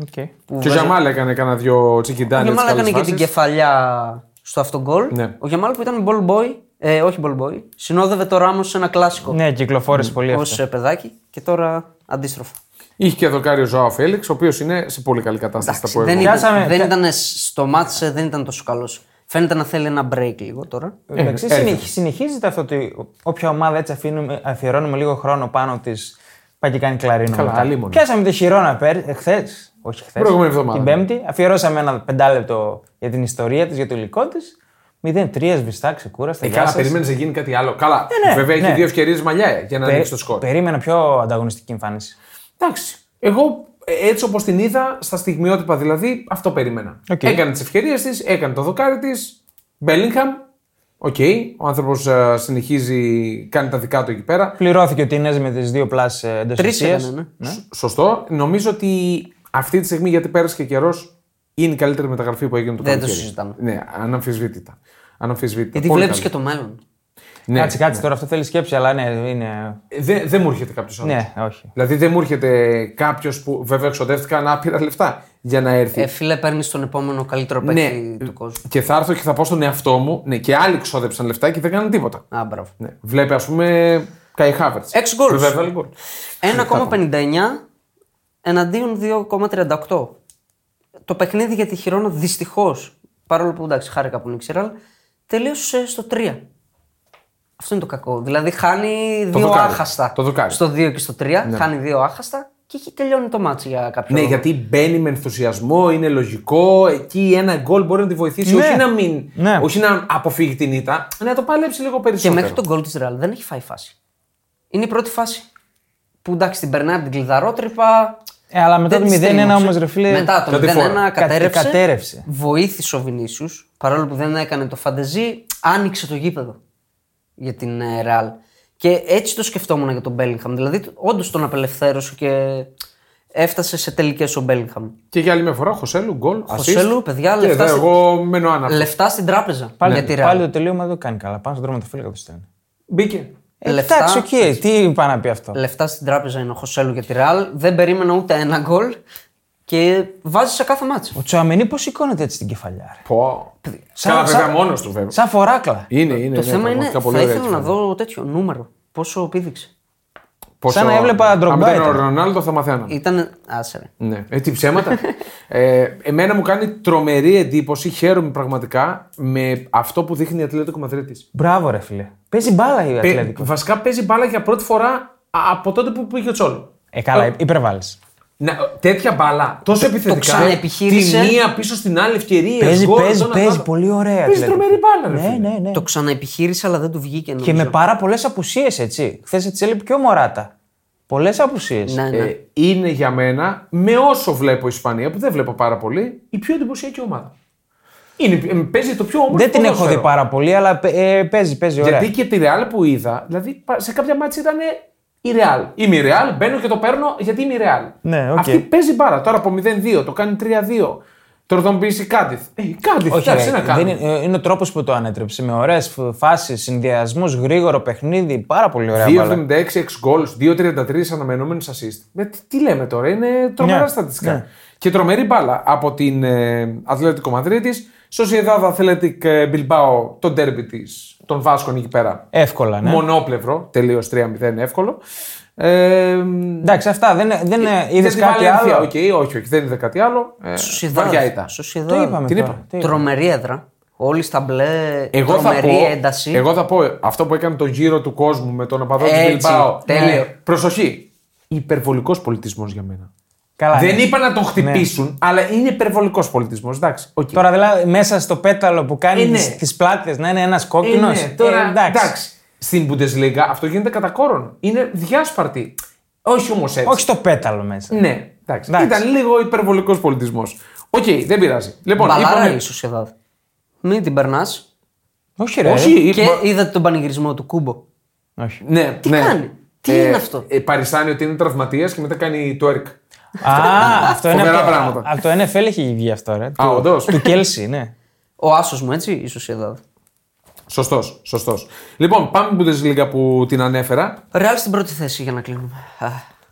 B: Okay.
C: Που
A: Και ο Γιαμάλ έκανε κανένα δυο τσικιντάνε.
C: Ο Γιαμάλ έκανε και την κεφαλιά στο αυτογκολ.
A: Ναι.
C: Ο Γιαμάλ που ήταν ball boy, ε, όχι ball boy, συνόδευε το Ράμος σε ένα κλασικό
B: Ναι, κυκλοφόρησε πολύ
C: ως
B: αυτό.
C: ε, παιδάκι και τώρα αντίστροφα.
A: Είχε και δοκάρι ο Ζωάο Φέληξ, ο οποίος είναι σε πολύ καλή κατάσταση τα
C: Εντάξει,
A: προηγούμενα.
C: δεν,
B: Πιάσαμε-
C: ήταν, δεν
B: πια-
C: ήταν στο μάτς, ε, δεν ήταν τόσο καλός. Φαίνεται να θέλει ένα break λίγο τώρα.
A: Ε,
B: Εντάξει,
A: έρχεται.
B: συνεχ- συνεχίζεται αυτό ότι όποια ομάδα έτσι αφήνουμε, αφιερώνουμε λίγο χρόνο πάνω της. Πάει και κάνει κλαρίνο.
A: Καλά,
B: μετά.
A: αλίμονο.
B: Πιάσαμε τη χειρόνα πέρ, χθες. Όχι χθες.
A: Προηγούμενη εβδομάδα. ναι.
B: Την Πέμπτη. Αφιερώσαμε ένα πεντάλεπτο για την ιστορία της, για το υλικό της. 0-3 σβηστά, ξεκούραστα.
A: Ε,
B: γεια
A: καλά,
B: σας.
A: περίμενε να γίνει κάτι άλλο. Καλά.
C: Ε,
B: ναι,
A: Βέβαια έχει
B: ναι.
A: δύο ευκαιρίες μαλλιά ε, για να
B: Πε-
A: ανοίξει το σκορ.
B: Περίμενα πιο ανταγωνιστική εμφάνιση.
A: Εντάξει. Εγώ ε, έτσι όπως την είδα, στα στιγμιότυπα δηλαδή, αυτό περίμενα.
B: Οκ.
A: Έκανε τις ευκαιρίες της, έκανε το δοκάρι της. Μπέλιγχαμ. Οκ. Ο άνθρωπος συνεχίζει, κάνει τα δικά του εκεί πέρα.
B: Πληρώθηκε ο Τινέζ με τις δύο ε, πλάσει εντός
C: Τρεις έκανε, ναι.
A: Σωστό. Νομίζω ότι αυτή τη στιγμή, γιατί πέρασε και καιρός, είναι η καλύτερη μεταγραφή που έγινε το
C: Δεν το
A: καλοκαίρι.
C: συζητάμε.
A: Ναι, αναμφισβήτητα. αναμφισβήτητα.
C: Γιατί
A: Πολύ
C: βλέπεις και
A: καλή.
C: το μέλλον.
A: Ναι.
B: Κάτσε, κάτσε τώρα, αυτό θέλεις σκέψη, αλλά ναι, είναι.
A: Δεν, δεν μου έρχεται κάποιος άλλο.
B: Ναι, όχι.
A: Δηλαδή δεν μου έρχεται κάποιος που βέβαια εξοδεύτηκα ανάπηρα λεφτά για να έρθει.
C: Ε, φίλε, παίρνεις τον επόμενο καλύτερο
A: Ναι.
C: παίκτη του κόσμου.
A: Και θα έρθω και θα πω στον εαυτό μου, ναι, και άλλοι ξόδεψαν λεφτά και δεν κάνανε τίποτα.
C: Α, μπράβο.
A: Ναι. Βλέπει, ας πούμε, Καϊ Χάβερτ.
C: Έξι γκολ.
A: Βέβαια, έβαλε γκολ.
C: 1,59 εναντίον 2,38. Το παιχνίδι για τη Χιρόνα δυστυχώς, παρόλο που εντάξει χάρηκα που νίξερα, αλλά τελείωσε στο 3. Αυτό είναι το κακό. Δηλαδή χάνει δύο
A: δοκάρι.
C: άχαστα.
A: Το δοκάρι.
C: Στο 2 και στο 3 χάνει δύο άχαστα και εκεί τελειώνει το μάτσο για κάποιο
A: Ναι,
C: λόγο.
A: γιατί μπαίνει με ενθουσιασμό, είναι λογικό. Εκεί ένα γκολ μπορεί να τη βοηθήσει.
B: Ναι.
A: Όχι, να μην,
B: Ναι.
A: όχι να αποφύγει την ήττα, να το παλέψει λίγο
C: Και
A: περισσότερο.
C: μέχρι τον γκολ τη Ρεάλ δεν έχει φάει φάση. Είναι η πρώτη φάση. Που εντάξει την περνάει από την κλειδαρότρυπα.
B: Ε, αλλά μετά
C: δεν
B: το
C: τη
B: 0-1
C: στρίμωξε.
B: όμως, ρε φίλε.
C: Μετά το
A: Κάτι
C: 0-1
A: φορά.
C: κατέρευσε.
B: Κα- κατέρευσε.
C: Βοήθησε ο Βινίσιους. Παρόλο που δεν έκανε το φαντεζή, άνοιξε το γήπεδο για την ε, Ρεάλ. Και έτσι το σκεφτόμουν για τον Μπέλιγχαμ. Δηλαδή, όντως τον απελευθέρωσε και έφτασε σε τελικές ο Μπέλιγχαμ.
A: Και για άλλη μια φορά, Χωσέλου, γκολ.
C: Χωσέλου,
A: assist.
C: παιδιά,
A: Και
C: λεφτά
A: εδώ
C: στη-
A: εγώ μένω άναπτο.
C: Λεφτά στην τράπεζα
B: Πάλι,
A: Ναι.
C: για τη Ρεάλ.
B: πάλι το τελείωμα δεν το κάνει καλά. Πάνω στον δρόμο τα φίλια του ναι. στέλνει.
A: Μπήκε.
B: Ε,
C: Λεφτά.
B: Εντάξει, οκ, τι είπα να πει αυτό.
C: Λεφτά στην τράπεζα είναι ο Χωσέλου για τη Ρεάλ. Δεν περίμενα ούτε ένα γκολ και βάζει σε κάθε μάτσο.
B: Ο Τσουαμενή πώς σηκώνεται έτσι την κεφαλιά. Ρε.
A: Πω.
B: Σαν-
A: Καλά,
B: σαν-
A: βέβαια, μόνος του βέβαια.
B: Σαν φοράκλα.
A: Είναι, είναι.
C: το θέμα είναι,
A: πραγματικά πολύ
C: θα
A: ωραία
C: ήθελα να
A: κεφαλιά.
C: δω τέτοιο νούμερο. Πόσο πήδηξε.
A: Πόσο-
B: Σαν να έβλεπα Ντρογκμπά
A: Αν ήταν ο
B: ήταν.
A: Ρονάλντο, θα μαθαίναμε.
C: Ήταν. Άσε ρε.
A: Ναι. Ε, τι
C: [laughs]
A: ψέματα. ε, εμένα μου κάνει τρομερή εντύπωση, χαίρομαι πραγματικά με αυτό που δείχνει η Ατλέτικο Μαδρίτης.
B: Μπράβο, ρε φίλε. Παίζει μπάλα η Ατλέτικο.
A: Βασικά παίζει μπάλα για πρώτη φορά α- από τότε που πήγε ο Τσόλο.
B: Ε, καλά, υπερβάλλεις.
A: Να, τέτοια μπάλα, τόσο επιθετικά.
C: ξαναεπιχείρησε.
A: Τη μία πίσω στην άλλη ευκαιρία.
B: Παίζει, παίζει, παίζει πολύ ωραία.
A: Παίζει
B: Ατλέτικο.
A: τρομερή μπάλα, ρε
B: Ναι,
A: φίλε.
B: ναι, ναι.
C: Το ξαναεπιχείρησε, αλλά δεν του βγήκε.
B: Και
C: νομίζω.
B: με πάρα πολλές απουσίες, έτσι. Χθε έτσι έλειπε και ο Μωράτα. Πολλές απουσίες.
C: Ναι, ναι.
A: Ε, είναι για μένα, με όσο βλέπω η Ισπανία, που δεν βλέπω πάρα πολύ, η πιο εντυπωσιακή ομάδα. Είναι, ε, παίζει το πιο όμορφο.
B: Δεν την έχω
A: ποδόσφαιρο.
B: δει πάρα πολύ, αλλά ε, παίζει, παίζει ωραία.
A: Γιατί και τη Ρεάλ που είδα, δηλαδή πα- σε κάποια μάτια ήταν η Ρεάλ. Είμαι η Ρεάλ, μπαίνω και το παίρνω γιατί είμαι η Ρεάλ.
B: Ναι, οκ.
A: Αυτή παίζει μπάρα. Τώρα από 0-2 το κάνει 3-2. Τώρα θα μου πει η Κάντιθ. Ε, η Κάντιθ,
B: Όχι,
A: εντάξει,
B: ρε,
A: τι να
B: δεν
A: κάνει.
B: είναι, ε, είναι ο τρόπος που το ανέτρεψε. Με ωραίες φάσεις, συνδυασμούς, γρήγορο παιχνίδι. Πάρα πολύ ωραία μπάλα.
A: 2,76 6 goals, 2,33 αναμενόμενου assist. Με, Ε, τι, τι λέμε τώρα, είναι τρομερά
B: Ναι,
A: στατιστικά.
B: ναι.
A: Και τρομερή μπάλα από την ε, Αθλητικό Μαδρίτης, Sociedad Athletic ε, Bilbao, το ντέρμπι της, των Βάσκων εκεί πέρα.
B: Εύκολα, ναι.
A: Μονόπλευρο, τελείως 3-0, εύκολο. Ε,
B: Εντάξει, αυτά δεν, δεν
A: για
B: είδε
A: τη
B: κάτι
A: Βαλένθια,
B: άλλο.
A: οκ, όχι, όχι, δεν είδα κάτι άλλο. Ε,
C: Σοσιδάδ.
A: βαριά ήταν.
C: Σοσιδάδ.
B: Το είπαμε.
A: Την
B: τώρα,
A: είπα.
B: τι είπα.
C: Τρομερή έδρα. Όλοι στα μπλε.
A: Εγώ θα,
C: τρομερή
A: πω,
C: ένταση.
A: εγώ θα πω αυτό που έκανε το γύρο του κόσμου με τον οπαδό της
C: Έτσι,
A: Μπιλμπάο.
C: τέλειο.
A: Προσοχή. Υπερβολικός πολιτισμός για μένα.
B: Καλά,
A: Δεν
B: ναι.
A: είπα να τον χτυπήσουν, αλλά είναι υπερβολικός πολιτισμός. Εντάξει. οκ.
B: Τώρα δηλαδή μέσα στο πέταλο που κάνει
A: Ε, ναι.
B: τις, τις πλάτες να είναι ένας
A: Ε,
B: κόκκινος.
A: ναι, τώρα,
B: Ε,
A: εντάξει. Στην Bundesliga αυτό γίνεται κατά κόρον. Είναι διάσπαρτη. Όχι όμως έτσι.
B: Όχι στο πέταλο μέσα.
A: Ναι, εντάξει.
B: Εντάξει.
A: Ήταν λίγο υπερβολικός πολιτισμός. Οκ, δεν πειράζει. Λοιπόν,
C: Μπαλάρα
A: είπαμε-
C: η Σοσιαδάδ. Μην την περνάς.
B: Όχι ρε.
A: Όχι. Ε,
C: Και
A: μα-
C: είδατε τον πανηγυρισμό του Κούμπο.
B: Όχι.
A: Ναι,
C: Τι
A: ναι.
C: κάνει, τι είναι αυτό?
A: Ε, παριστάνει ότι είναι τραυματίας και μετά κάνει το έρκ.
B: Α, αυτό είναι
A: Φοβερά
B: από,
A: πράγματα.
B: από το NFL έχει βγει αυτό ρε.
A: Α, όντως.
B: Του
A: [laughs]
B: Κέλσι, ναι.
C: Ο άσος μου, έτσι, η Σοσιαδάδ.
A: Σωστός, σωστός. Λοιπόν, πάμε την Bundesliga που την ανέφερα.
C: Ρεάλ στην πρώτη θέση για να κλείνουμε. Α,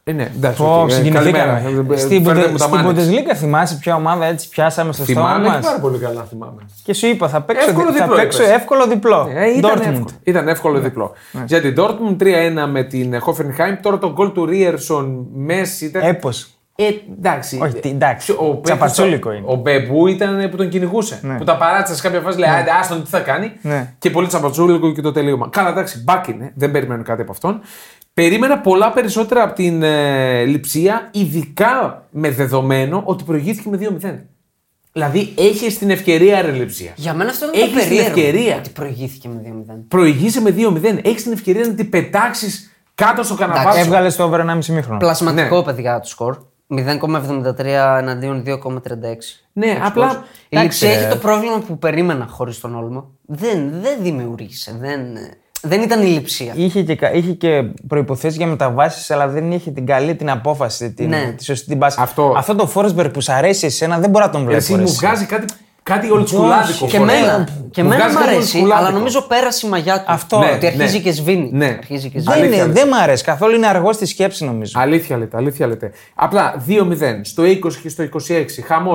A: Ε, ναι, εντάξει.
B: Πω,
A: οκ, ε,
B: συγκινηθήκαμε.
A: καλημέρα.
B: Στην
A: Φέρτε
B: Bundes-
A: μου τα
B: Στην
A: μάνες.
B: Bundesliga θυμάσαι ποια ομάδα έτσι πιάσαμε στο στόμα
A: Θυμάμαι και
B: μας.
A: πάρα πολύ καλά, θυμάμαι.
B: Και σου είπα θα παίξω,
A: Εύκολο
B: δι- θα
A: διπλό
B: παίξω
A: είπες.
B: εύκολο διπλό.
A: Ε, ήταν,
B: Dortmund. Ναι.
A: εύκολο. ήταν εύκολο διπλό. Για την Dortmund 3-1 με την Hoffenheim. Τώρα το γκολ του Ρίερσον Μέση ήταν.
B: Έπος.
A: Ε, εντάξει.
B: Όχι, τι- εντάξει.
A: Ο παίκτης-
B: Τσαπατσούλικο είναι.
A: Ο Μπεμπού ήταν που τον κυνηγούσε. Που τα παράτησες σε κάποια φάση, λέει Άντε, άστον, τι θα κάνει.
B: Ναι.
A: Και πολύ τσαπατσούλικο και το τελείωμα. Καλά, εντάξει, μπακ είναι. Δεν περιμένω κάτι από αυτόν. Περίμενα πολλά περισσότερα από την ε, Λιψία, ειδικά με δεδομένο ότι προηγήθηκε με 2-0. Δηλαδή, έχεις την ευκαιρία ρε Λιψία.
C: Για μένα αυτό είναι το
A: Έχεις την
C: περίεργο.
A: ευκαιρία.
C: Ότι προηγήθηκε με 2-0.
A: Προηγείσαι με 2-0. Έχεις την ευκαιρία να την πετάξεις κάτω στο καναπά σου.
B: Έβγαλες το over 1,5 μήχρονο.
C: Πλασματικό,
A: Ναι.
C: παιδιά, το σκορ. 0,73 εναντίον 2,36.
A: Ναι,
C: Το
A: απλά,
C: σκορ. Η
A: εντάξει,
C: Λιψία
A: ε.
C: έχει το πρόβλημα που περίμενα χωρίς τον Όλμο. Δεν, δεν δημιούργησε. Δεν, δεν ήταν η Λιψία.
B: Είχε και, κα- είχε και προποθέσει για μεταβάσεις, αλλά δεν είχε την καλή την απόφαση, την,
C: Ναι.
B: τη σωστή την πάση.
A: Αυτό-
B: Αυτό το Φόρσμπερ που σ' αρέσει εσένα δεν μπορώ να τον βλέπω.
A: Εσύ
B: ρε,
A: μου
B: εσύ.
A: βγάζει κάτι, κάτι old schoolάδικο
C: Και
A: φορά.
C: μένα, και
A: Μου
C: μένα
A: βγάζει
C: μ'
A: κάτι
C: αρέσει,
A: old schoolάδικο.
C: αλλά νομίζω πέρασε η μαγιά του.
B: Αυτό.
A: Ναι,
C: ότι αρχίζει
A: ναι.
C: και σβήνει.
A: Ναι.
C: Αρχίζει και σβήνει.
B: Δεν,
A: Αλήθεια,
B: είναι,
A: αλήθεια.
B: δεν μ' αρέσει καθόλου, είναι αργός στη σκέψη νομίζω.
A: Αλήθεια λέτε, αλήθεια λέτε. Απλά 2-0 στο 20 και στο 26. Χαμό.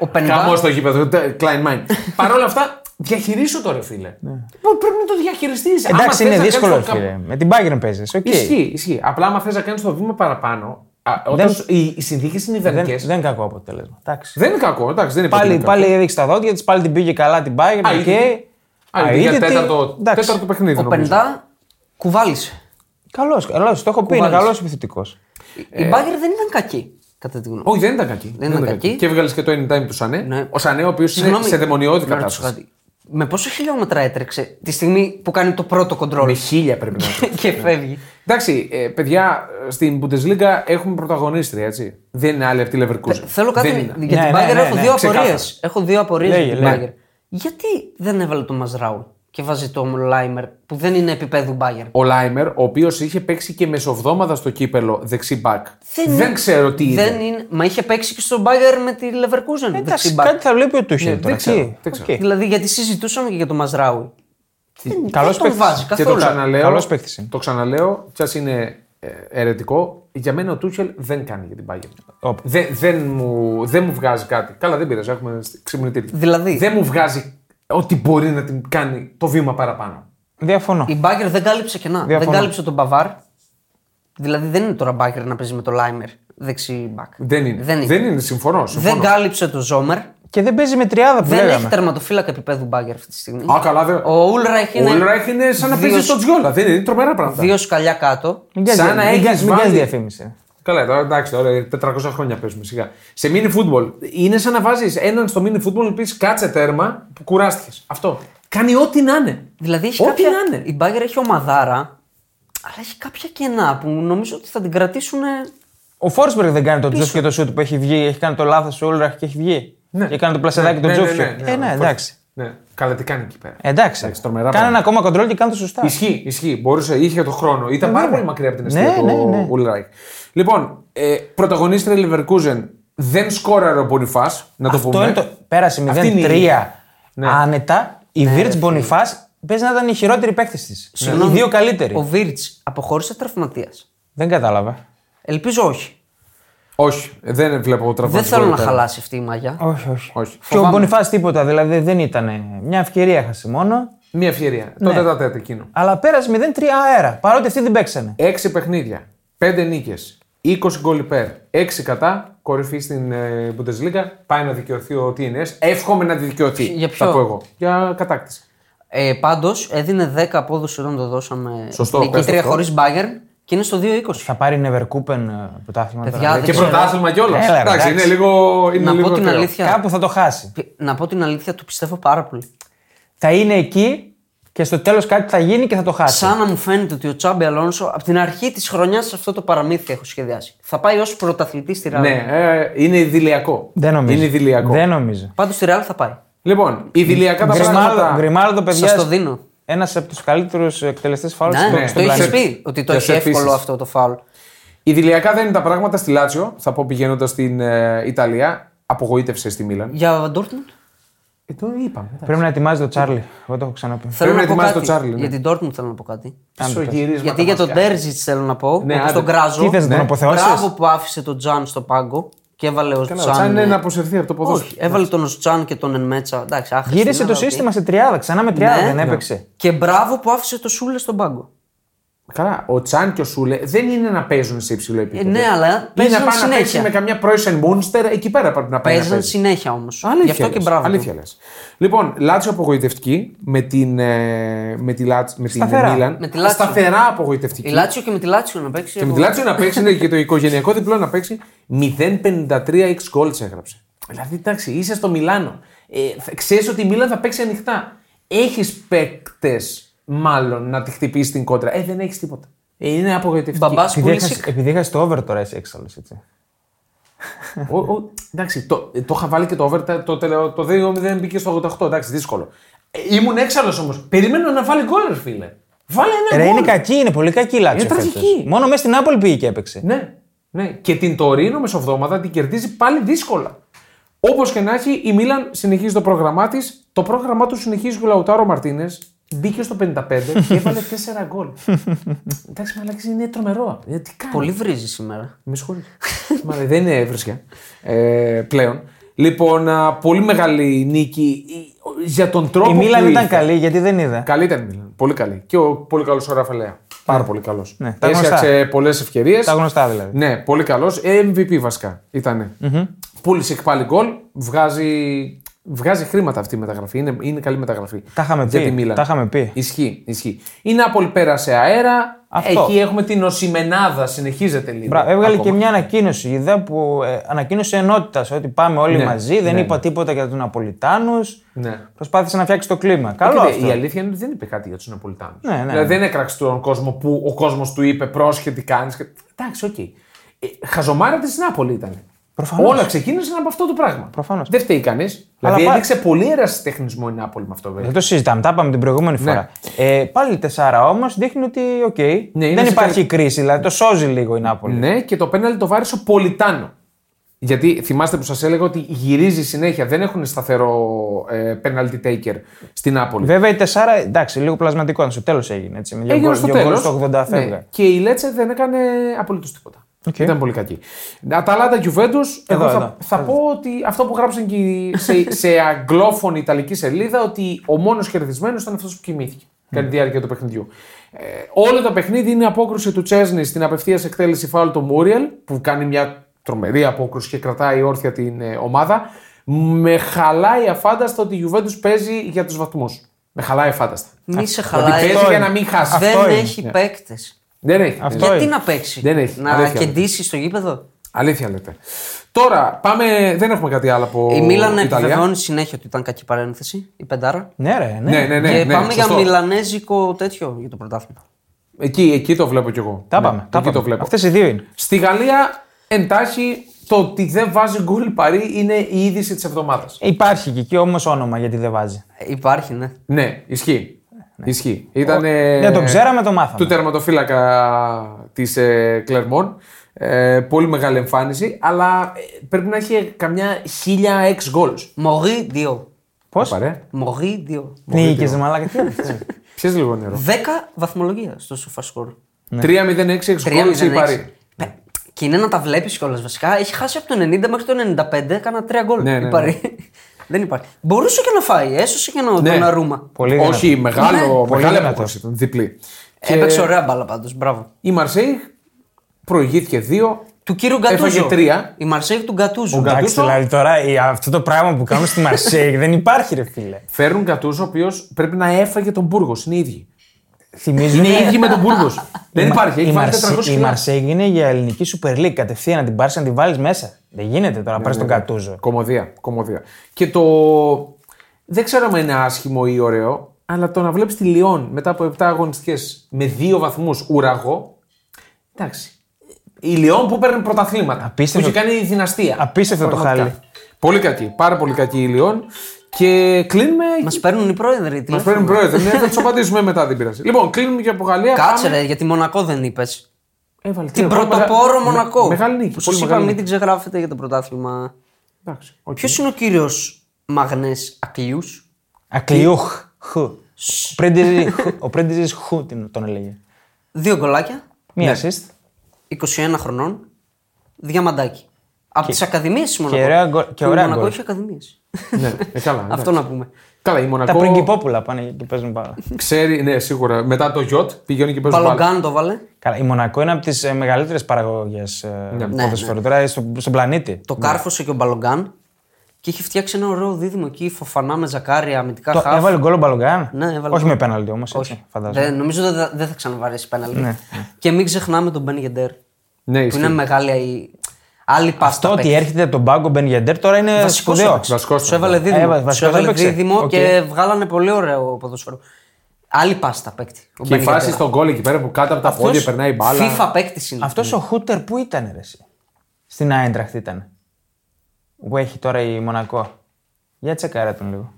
C: Ο Πενβά-
A: Χαμό στο γήπεδο. τε- Klein
C: [laughs]
A: Mind. Παρ' όλα αυτά, διαχειρίσου το ρε φίλε. Πο- Πρέπει να το διαχειριστείς.
B: Εντάξει, είναι δύσκολο, ρε φίλε. Με την Bayern παίζεις. Okay.
A: Ισχύει, ισχύει. Απλά, άμα θες να κάνεις το βήμα παραπάνω, α, όταν
B: Δεν-
A: σου- οι, οι συνθήκες είναι
B: Δεν,
A: ιδανικέ.
B: δεν είναι κακό αποτέλεσμα. Εντάξει.
A: Δεν είναι κακό, εντάξει, δεν είναι
B: Πάλι,
A: πολύ κακό.
B: πάλι έδειξε τα δόντια της, πάλι την πήγε καλά την Bayern.
A: Α,
B: οκ.
A: είδε. Α,
B: Αίτητη.
A: για τέταρτο,
B: Εντάξει.
A: τέταρτο παιχνίδι.
C: Ο
A: νομίζω.
C: Πεντά κουβάλισε.
B: Καλός, καλός, το έχω πει, είναι
C: Κουβάλισε.
B: καλός επιθετικός.
C: Η
A: Ε.
C: Μπάγκερ δεν ήταν κακή, κατά τη γνώμη μου.
A: Όχι, δεν ήταν κακή.
C: ήταν κακή.
A: Και έβγαλες και το anytime του Σανέ.
C: Ναι.
A: Ο Σανέ, ο οποίος είναι
C: Συγγνώμη,
A: σε δαιμονιώδη
C: να ρωτήσω
A: κατάσταση.
C: κάτι. Με πόσα χιλιόμετρα έτρεξε τη στιγμή που κάνει το πρώτο κοντρόλ
A: Με χίλια πρέπει να το
C: [laughs] και φεύγει.
A: Εντάξει, ε, παιδιά, στην Bundesliga έχουμε πρωταγωνίστρια, έτσι. Δεν είναι άλλη από τη Leverkusen.
C: Θέλω κάτι
A: Δεν
C: για
A: είναι.
C: την
B: Ναι, ναι,
C: Μπάγκερ.
B: ναι,
C: Έχω
B: ναι,
C: δύο
A: ξεκάθαρα.
C: απορίες. Έχω δύο απορίες
B: Λέγε,
C: για την
B: λέγε.
C: Μπάγκερ. Γιατί δεν έβαλε τον Μαζράου και βάζει τον Λάιμερ που δεν είναι επίπεδου Μπάγκερ.
A: Ο Λάιμερ, ο οποίος είχε παίξει και μεσοβδόμαδα στο κύπελο δεξί μπακ. Δεν,
C: είναι-
A: ξέρω τι είδε.
C: Δεν είναι, μα είχε παίξει και στον Μπάγκερ με τη Leverkusen.
B: Εντάξει,
C: Εντάξει,
B: κάτι θα βλέπει ο Τούχελ
A: Ναι, δεν
B: τώρα.
A: ξέρω,
B: τι.
A: δεν ξέρω.
B: Οκ.
C: Δηλαδή γιατί συζητούσαμε και για τον Μαζράου. Δεν,
B: Καλός
C: δεν τον
B: παίκτης.
C: βάζει
A: Και το
C: καθόλου.
A: ξαναλέω.
B: Καλός παίκτης είναι.
A: Το ξαναλέω, κι ας είναι ε, ερετικό. Για μένα ο Τούχελ δεν κάνει για την Bayern.
B: Όπα.
A: Δεν, δεν, μου, δεν μου βγάζει κάτι. Καλά, δεν πειράζει, έχουμε ξυπνητήρι.
C: Δηλαδή-
A: Δεν μου βγάζει ότι μπορεί να την κάνει το βήμα παραπάνω.
B: Διαφωνώ.
C: Η Μπάγκερ δεν κάλυψε κενά.
B: Διαφωνώ.
C: Δεν κάλυψε τον Μπαβάρ. Δηλαδή δεν είναι τώρα Μπάγκερ να παίζει με τον Λάιμερ δεξί μπακ.
A: Δεν είναι.
C: Δεν είναι.
A: συμφωνώ. συμφωνώ.
C: Δεν κάλυψε τον Ζόμερ.
B: Και δεν παίζει με τριάδα που
C: Δεν
B: λέγαμε.
C: έχει τερματοφύλακα επίπεδου Μπάγκερ αυτή τη στιγμή.
A: Α, καλά, δεν.
C: Ο Ούλραχ
A: Ο
C: είναι.
A: Ulreich είναι σαν να
C: δύο-
A: παίζει στο Τζιόλα. Δεν είναι, είναι τρομερά πράγματα.
C: Δύο σκαλιά κάτω.
B: Μην κάνεις
A: Σαν να
B: δια- μην
A: έχεις
B: κάνεις- μην κάνεις
A: βάλει-
B: διαφήμιση.
A: Καλά, τώρα εντάξει, τώρα 400 χρόνια παίζουμε σιγά. Σε mini football είναι σαν να βάζεις έναν στο mini football και πεις κάτσε τέρμα που κουράστηκες. Αυτό. Κάνει ό,τι να είναι.
C: Δηλαδή έχει
A: ό,τι
C: κάποια...
A: να είναι.
C: Η Μπάγκερ έχει ομαδάρα, αλλά έχει κάποια κενά που νομίζω ότι θα την κρατήσουν. ε,
A: Ναι.
B: Ο Φόρσμπεργκ δεν κάνει τον Τζόφι και το σούτ που έχει βγει. Έχει κάνει το λάθος ο Όλραχ και έχει βγει. Και κάνει το πλασεδάκι τον Τζόφι. Ε, ναι, εντάξει.
A: Ναι. Καλά, τι κάνει εκεί πέρα.
B: Εντάξει.
A: Εντάξει, τρομερά
B: Κάνε ένα
A: πράγματα.
B: ακόμα κοντρόλ και κάνει το σωστά.
A: Ισχύει, ισχύει. Μπορούσε, είχε το χρόνο. Ήταν πάρα πολύ μακριά από την αιστεία
B: Ε, Ναι,
A: του
B: ναι, ναι.
A: Ουλράικ. Λοιπόν, ε, πρωταγωνίστρια Leverkusen Δεν σκόραρε ο Μπονιφάς, να το
B: Αυτό
A: πούμε.
B: είναι το. Πέρασε 0-3
A: Αυτή είναι η- Ναι.
B: άνετα. Η ναι, Βίρτ
C: ρε, Ναι.
B: Μπονιφάς παίζει να ήταν η χειρότερη παίκτης της. Οι δύο καλύτεροι.
C: Ο Βίρτ αποχώρησε τραυματίας.
B: Δεν κατάλαβα.
C: Ελπίζω όχι.
A: Όχι, δεν βλέπω
C: Δεν
A: τραυματισμό.
C: θέλω
A: εδώ
C: να
A: πέρα.
C: χαλάσει αυτή η μαγιά.
B: Όχι, όχι.
A: Όχι.
B: Και ο Μπονιφάς τίποτα. Δηλαδή δεν ήταν. Μια ευκαιρία έχασε μόνο.
A: Μία ευκαιρία. Το τετατέτ εκείνο.
B: Αλλά πέρασε 0-3 αέρα. Παρότι αυτοί δεν παίξανε.
A: Έξι παιχνίδια, πέντε νίκες, 20 γκολ υπέρ, 6 κατά, κορυφή στην ε, Bundesliga. Πάει να δικαιωθεί ο TNS. Εύχομαι να δικαιωθεί.
C: Για
A: Θα
C: ποιο?
A: πω εγώ. Για κατάκτηση.
C: Ε, Πάντως έδινε 10 απόδοση όταν το δώσαμε.
A: Σωστό, πες
C: Νικήτρια
A: αυτό.
C: χωρίς μπάγκερ και είναι στο 2-20.
B: Θα πάρει Νεβερκούπεν ε, πρωτάθλημα.
C: Παιδιά,
B: τώρα.
C: δεν
A: και
C: ξέρω.
A: πρωτάθλημα κιόλας.
B: Έλα, ρε,
A: Εντάξει,
B: εντάξει.
A: είναι λίγο. Είναι
C: Να
A: λίγο
C: πω την
A: ακραίο.
C: αλήθεια.
B: Κάπου θα το χάσει.
C: Πι- Να πω την αλήθεια, το πιστεύω πάρα πολύ.
B: Θα είναι εκεί και στο τέλος κάτι θα γίνει και θα το χάσει.
C: Σαν να μου φαίνεται ότι ο Τσάμπι Αλόνσο από την αρχή της χρονιάς αυτό το παραμύθι έχω σχεδιάσει. Θα πάει ως πρωταθλητής στη Ρεάλ.
A: Ναι, ε, είναι ιδηλιακό.
B: Δεν νομίζω.
A: Είναι ιδηλιακό.
B: Δεν νομίζω.
C: Πάντως στη Ρεάλ θα πάει.
A: Λοιπόν, ιδηλιακά τα
B: Γκριμάλδο,
A: πράγματα.
B: Γκριμάλδο, παιδιά.
C: Σας το δίνω.
B: Ένας από τους καλύτερους εκτελεστές φάουλ
C: Ναι,
B: στον
A: ναι.
C: το
B: στον
C: είχε
B: πλανήτη.
C: πει ότι το
A: Και
C: έχει
A: σε επίσης.
C: εύκολο αυτό το φάουλ.
A: Ιδηλιακά δεν είναι τα πράγματα στη Λάτσιο. Θα πω πηγαίνοντας στην ε, Ιταλία. Απογοήτευσε στη Μίλαν.
C: Για Ντόρτμουντ.
A: Ε, το είπαμε.
B: Πρέπει να ετοιμάζει το Τσάρλι. Εγώ το έχω ξαναπεί.
C: Θέλω
A: να
C: να πω
A: ετοιμάζει
C: κάτι.
A: το Τσάρλι, ναι.
C: Για την Dortmund θέλω να πω κάτι.
A: Ισογυρίσματα
C: Γιατί για τον
A: μάτια.
C: Ντέρζιτ θέλω να πω.
A: Ναι,
C: Ναι,
A: άντε.
C: τον κράζω.
B: Τι θες να τον αποθεώσεις?
C: Μπράβο που άφησε τον Τζαν στο πάγκο και έβαλε ο
A: Καλά, ο Τσάν
C: Τζαν.
A: είναι να αποσυρθεί από το ποδόσφαιρο.
C: Όχι, έβαλε τον Τζαν και τον Ενμέτσα. Εντάξει, άχρηστη
B: Γύρισε
C: είναι,
B: το
C: αλλά οκ.
B: σύστημα σε 30, ξανά με 30
C: Ναι.
B: δεν
C: Ναι.
B: έπαιξε.
C: Και μπράβο που άφησε το Σούλε στον πάγκο.
A: Καλά, ο Τσάν και ο Σούλε δεν είναι να παίζουν σε υψηλό
C: Ε,
A: επίπεδο.
C: ναι, αλλά
A: Είναι να
C: παίζαν
A: πάει να παίξει
C: συνέχεια.
A: με καμιά Preußen Munster, εκεί πέρα πρέπει να πάει να
C: Παίζαν
A: παίζει.
C: συνέχεια όμως.
A: Αλήθεια
C: Γι' αυτό
A: λες,
C: και μπράβο. του.
A: Αλήθεια λες. Λοιπόν, Λάτσιο απογοητευτική με την, ε, με τη, Λάτς, με την
B: Σταθερά.
A: Μίλαν.
C: Με τη Λάτσιο.
A: Σταθερά
C: Η
A: απογοητευτική.
C: Λάτσιο και με τη Λάτσιο να παίξει.
A: Και με
C: εγώ.
A: τη Λάτσιο να παίξει είναι και το οικογενειακό διπλό να παίξει 0,53 x goals έγραψε. Δηλαδή, εντάξει, είσαι στο Μιλάνο. Ε, Ξέρεις ότι η Μίλαν θα παίξει ανοιχτά. Έχεις παίκτες, μάλλον, να τη χτυπήσει την κόντρα. Ε, δεν έχεις τίποτα. Ε, είναι απογοητευτική.
C: Μπαμπάς
B: Επειδή
C: Πούλησικ.
B: έχασε- Επειδή είχα το over τώρα εσύ έξαλλος έτσι.
A: Ο- ο- εντάξει, το, το είχα βάλει και το over, τα- το, τελε- το 2-0 μπήκε στο 88, εντάξει, δύσκολο. Ε, ήμουν έξαλλος όμως. Περιμένω να βάλει γκολ, ρε φίλε. Βάλε ένα
C: Ε,
B: Ρε
A: γκολ.
B: είναι κακή, είναι πολύ κακή η Λάτσιο.
A: Είναι
B: φέτος.
A: τραγική.
B: Μόνο μέσα στην Άπολη πήγε και έπαιξε.
A: Ναι, ναι. Και την Τωρίνο μεσοβδόμαδα την κερδίζει πάλι δύσκολα. Όπως και να έχει, η Μίλαν συνεχίζει το πρόγραμμά της. Το πρόγραμμά του συνεχίζει και ο Λαουτάρο Μαρτίνες. Μπήκε στο 55
B: [laughs]
A: και έβαλε 4 γκολ. Εντάξει, μαλάκι είναι τρομερό. Ε, τι κάνει.
C: Πολύ βρίζεις σήμερα.
A: Με συγχωρείτε. Μα ρε, δεν είναι βρισιά ε, πλέον. Λοιπόν, α, πολύ μεγάλη νίκη Ε, για τον τρόπο
B: Η
A: που
B: Μίλαν
A: ήρθε.
B: ήταν καλή γιατί δεν είδα.
A: Καλή ήταν η Μίλαν. Πολύ καλή. Και ο πολύ καλός ο Ραφαλέα. Πάρα πολύ καλός.
B: Ναι, τα γνωστά.
A: Έσχαξε πολλές ευκαιρίες.
B: Τα γνωστά δηλαδή.
A: Ναι, πολύ καλός. MVP βασικά ήταν. Πούλησε πάλι γκολ. Βγάζει, βγάζει χρήματα αυτή η μεταγραφή. Είναι, είναι καλή μεταγραφή.
B: Τα είχαμε
A: για
B: πει,
A: τη Μίλαν.
B: τα είχαμε πει.
A: Ισχύει. ισχύει. Η Νάπολη πέρασε αέρα.
B: Αυτό.
A: Εκεί έχουμε την Οσημενάδα. Συνεχίζεται λίγο.
B: Μπράβο, έβγαλε
A: Ε, ακόμα.
B: και μια ανακοίνωση. Είδα που ε, ανακοίνωσε ενότητας ότι πάμε όλοι
A: Ναι,
B: μαζί. Δεν
A: ναι,
B: είπα
A: ναι.
B: τίποτα για τους Ναπολιτάνους.
A: Ναι.
B: Προσπάθησε να φτιάξει το κλίμα. Καλό
A: Κοίτα,
B: αυτό.
A: Η αλήθεια είναι ότι δεν είπε κάτι για τους Ναπολιτάνους.
B: Ναι, ναι,
A: δηλαδή
B: ναι.
A: δεν έκραξε τον κόσμο που ο κόσμος του είπε πρόσχε τι κάνεις. Εντάξει, οκ. Ε, χαζομάρα της Νάπολη ήταν.
B: Προφανώς.
A: Όλα ξεκίνησαν από αυτό το πράγμα.
B: Προφανώς.
A: Δεν φταίει κανείς. Δηλαδή
B: πά-
A: έδειξε πολύ ερασιτεχνισμό η Νάπολη με αυτό βέβαια.
B: Δεν το συζητάμε. Τα είπαμε την προηγούμενη φορά. Ε, πάλι η τεσσάρα όμως δείχνει ότι οκ.
A: Ναι. είναι
B: δεν
A: σε
B: υπάρχει
A: καλή-
B: κρίση. Δηλαδή το σώζει λίγο η Νάπολη.
A: Ναι, και το πέναλι το βάρεσε ο Πολιτάνο. Γιατί θυμάστε που σας έλεγα ότι γυρίζει συνέχεια. Δεν έχουν σταθερό ε, penalty taker στην Νάπολη.
B: Βέβαια η τεσσάρα, εντάξει, λίγο πλασματικό. Στο τέλος έγινε. Έτσι, με δύο
A: Έγινε
B: γκολ-
A: στο Ναι.
B: δύο γκολ
A: τέλο.
B: στο 80 φεύγα.
A: Και η Λέτσε δεν έκανε απολύτως τίποτα.
B: Οκ.
A: Ήταν πολύ κακή. Αταλάντα Γιουβέντους.
B: Εδώ,
A: Εγώ θα,
B: εδώ.
A: θα πω ότι αυτό που γράψαν και οι- σε, σε αγγλόφωνη ιταλική σελίδα ότι ο μόνος κερδισμένος ήταν αυτός που κοιμήθηκε κατά τη διάρκεια του παιχνιδιού. Ε, όλο το παιχνίδι είναι απόκρουση του Τσέσνη στην απευθείας εκτέλεση φάουλ του Μούριελ που κάνει μια τρομερή απόκρουση και κρατάει όρθια την ε, ομάδα. Με χαλάει αφάνταστα ότι η Γιουβέντους παίζει για τους βαθμούς. Με χαλάει αφάνταστα.
C: Μη σε
A: Δηλαδή
C: χαλάει.
A: παίζει για να μην χάσει.
B: Αυτό
C: Δεν
B: είναι.
C: έχει παίκτες.
A: Δεν έχει. δεν
B: Αυτό
A: έχει.
C: Γιατί
B: είναι.
C: να παίξει.
A: Δεν έχει.
C: Να
A: Αλήθεια.
C: κεντήσει στο γήπεδο.
A: Αλήθεια λέτε. Τώρα πάμε. Δεν έχουμε κάτι άλλο από
C: Η Μίλαν
A: Ιταλία.
C: επιβεβαιώνει συνέχεια ότι ήταν κακή παρένθεση. Η Πεντάρα.
B: Ναι, ρε, ναι.
A: Ναι, ναι, ναι.
C: και
A: ναι,
C: πάμε για
A: σωστό.
C: μιλανέζικο τέτοιο για το πρωτάθλημα.
A: Εκεί, εκεί το βλέπω κι εγώ.
B: Τα
A: Ναι,
B: είπαμε.
A: εκεί το βλέπω.
B: Αυτές οι δύο είναι.
A: Στη Γαλλία, εντάχει, το ότι δεν βάζει γκολ η Παρή είναι η είδηση της εβδομάδας.
B: Υπάρχει και εκεί όμως όνομα γιατί δεν βάζει.
C: Ε, Υπάρχει, ναι.
A: Ναι, ισχύει.
B: Ναι.
A: Ισχύει. Ήταν,
B: δεν Ναι, το ξέραμε, το μάθαμε.
A: Του τερματοφύλακα της ε, Κλερμόν. Ε, πολύ μεγάλη εμφάνιση, αλλά ε, πρέπει να έχει καμιά χίλια εξ γκολ.
C: Μωρή δύο.
B: Πώ.
C: Μωρή δύο.
B: Νίκε, μαλάκα. τι είναι
A: [laughs]
B: αυτό.
A: Πιες λίγο νερό.
C: 10 βαθμολογία στο σοφασκόρ.
B: Ναι.
A: 3-0-6 εξ γκολ η
C: 3-0-6.
A: Παρή.
C: Πε- Και είναι να τα βλέπεις κιόλας βασικά. Έχει χάσει από το 90 μέχρι το 95. Κάνα τρία γκολ.
A: Ναι, Ναι. ναι, ναι.
C: Η Παρή. [laughs] Δεν υπάρχει. Μπορούσε και να φάει. Έσωσε και να τον αρούμα.
B: Πολύ δυνατό. Ναι.
A: Όχι, μεγάλο,
B: πολύ
A: μεγάλη
B: δυνατό.
A: απόκριση ήταν. Διπλή.
C: Έπαιξε ωραία μπάλα πάντως. Μπράβο.
A: Η Μαρσέη προηγήθηκε 2.
C: Του κύριου Γκατούζο.
A: Έφαγε τρία.
C: Η Μαρσέη του Γκατούζο.
B: Εντάξει,
A: Γκατούζο.
B: δηλαδή τώρα η- αυτό το πράγμα που κάνουν στη Μαρσέη δεν υπάρχει, ρε φίλε.
A: Φέρνουν Κατούζο, ο οποίος πρέπει να έφαγε τον Μπούργος. Είναι οι ίδιοι.
B: Θυμίζουν.
A: Είναι οι ίδιοι με τον Μπούργος. Δεν υπάρχει. Έχει
B: Ναι. η,
A: βάλει
B: Μαρσέ-
A: 400
B: η
A: χιλιάδες.
B: Μαρσέη είναι για ελληνική Super League. Κατευθείαν να την πάρεις να την βάλεις μέσα. Δεν γίνεται τώρα να πάρει
A: Ναι,
B: τον Κατούζο.
A: Κομμωδία, κομμωδία. Και το. Δεν ξέρω αν είναι άσχημο ή ωραίο, αλλά το να βλέπεις τη Λιόν μετά από 7 αγωνιστικές με 2 βαθμούς ουραγό. Εντάξει. Η Λιόν που παίρνει πρωταθλήματα.
B: Απίστευτο.
A: Που έχει κάνει δυναστεία.
B: Απίστευτο το
A: Πραγματικά.
B: χάλι.
A: Πολύ κακή. Πάρα πολύ κακή η Λιόν. Και κλείνουμε.
C: Μας παίρνουν οι πρόεδροι.
A: Μα
C: τηλέφωνο.
A: παίρνει πρόεδρο. Ναι, θα τους απαντήσουμε μετά, δεν πειράζει. Λοιπόν, κλείνουμε και από Γαλλία.
C: Κάτσε
A: Πάμε-
C: ρε, γιατί Μονακό δεν είπες.
A: Έβαλε
C: Την
A: τρία γκολ,
C: πρωτοπόρο
A: μεγα-
C: Μονακό.
A: με- Μεγάλη νίκη.
C: Που
A: πολύ
C: σα είπα,
A: μεγάλη
C: μην
A: νίκη.
C: την ξεγράφετε για το πρωτάθλημα.
A: Εντάξει, οκ.
C: Ποιος είναι ο κύριος Μαγνές Ακλιούς.
B: Ακλιούχ. Χου. Πρέντιζι- χου. Ο Πρέντιζη Χου την- τον έλεγε.
C: Δύο γκολάκια.
B: Μία
A: Ναι.
B: assist.
C: 21 χρονών. Διαμαντάκι. Από τις Ακαδημίες της Μονακό.
B: ωραία γκολ- και ωραία
C: Μονακό
B: γκολ.
C: έχει Ακαδημίες.
A: Ναι, ε, καλά.
C: Αυτό
A: εντάξει.
C: να πούμε.
A: Καλά, η Μονακό.
B: Τα πριγκυπόπουλα πάνε και παίζουν πάρα.
A: Ξέρει, ναι, σίγουρα. Μετά το γιοτ πηγαίνουν και παίζουν μπάλα.
C: Παλογκάν το βάλε.
B: Καλά, η Μονακό είναι από ε, τι μεγαλύτερες παραγωγές ε,
A: Ναι.
B: ποδοσφαίρου τώρα στο- στον πλανήτη.
C: Ναι, Το κάρφωσε και ο Μπαλογκάν. Και είχε φτιάξει ένα ωραίο δίδυμο εκεί. Φοφανά με ζακάρια, αμυντικά
B: Το-
C: χάφ.
B: Έβαλε γκολ ο Μπαλογκάν.
C: Ναι, έβαλε
B: Όχι
C: γκολ.
B: με πέναλτι όμως.
C: Όχι,
B: φαντάζομαι.
C: δεν, νομίζω δεν θα- δεν θα ξαναβαρέσει πέναλτι.
B: Ναι.
C: Και μην ξεχνάμε τον Μπεν Γεντέρ.
A: Ναι,
C: Που
A: ισχύει.
C: είναι μεγάλη η... άλλη
B: Αυτό
C: παύτα.
B: ότι έρχεται από τον πάγκο Μπεν Γεντέρ τώρα είναι
C: Βασικός
B: σπουδαίος.
C: έπαιξε.
A: Βασικός
C: Σου έβαλε
A: έπαιξε.
C: δίδυμο.
B: Ε, βασικός
C: Σου έβαλε
B: έπαιξε.
C: δίδυμο
B: Οκ.
C: και βγάλανε πολύ ωραίο ποδοσφαίρο. Άλλη πάστα παίκτη. ο
A: Και η
C: Ben
A: φάση
C: Yedder.
A: στον κόλλη εκεί πέρα που κάτω από τα
B: Αυτός-
A: πόδια περνάει η μπάλα.
C: FIFA παίκτη είναι.
B: Αυτός ο Χούτερ που ήταν, ρε, εσύ. Στην Άιντραχτ ήταν. Που έχει τώρα η Μονακό. Για τσεκάρα τον λίγο.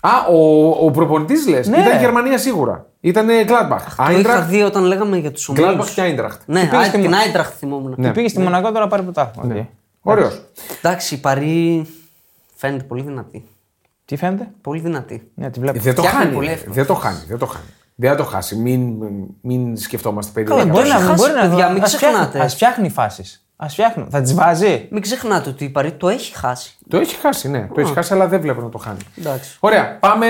A: Α, ο, ο προπονητής λες.
B: Ναι.
A: Ήταν Γερμανία σίγουρα. Ήταν ε, Gladbach.
C: Το είχα
A: Άιντραχτ.
C: δει όταν λέγαμε για τους ομίλου.
A: Gladbach και Άιντραχτ.
C: Ναι,
B: πήγες
C: α,
B: στη
C: την
B: Μο-
C: Άιντραχτ θυμόμουν.
B: Και πήγες στη Μονακό τώρα πάρει
C: Ναι.
B: πρωτάθλημα. Οκ.
A: Ωραίος.
C: Εντάξει, η Παρή φαίνεται πολύ δυνατή.
B: Τι φαίνεται.
C: Πολύ δυνατή.
B: Ναι, τη βλέπω.
A: Δεν το,
C: Ε, Φτιάχνει
A: χάνει,
C: πολύ
A: ρε.
C: εύκολα.
A: δεν το χάνει. Δεν το χάνει. Δεν θα το χάσει. Μην, μην σκεφτόμαστε περίπου.
C: Καλά,
B: Ε, Μπορεί
C: Έχει
B: να
C: χάσει,
B: μπορεί να
C: παιδιά, μην
B: ας φτιάχνει-
C: ξεχνάτε.
B: ας φτιάχνει φάσεις. Ας φτιάχνει. Θα τις βάζει.
C: Μην ξεχνάτε ότι η Παρή το έχει χάσει.
A: Το έχει χάσει, ναι. Το έχει χάσει, αλλά δεν βλέπω να το χάνει.
C: Εντάξει.
A: Ωραία. Πάμε.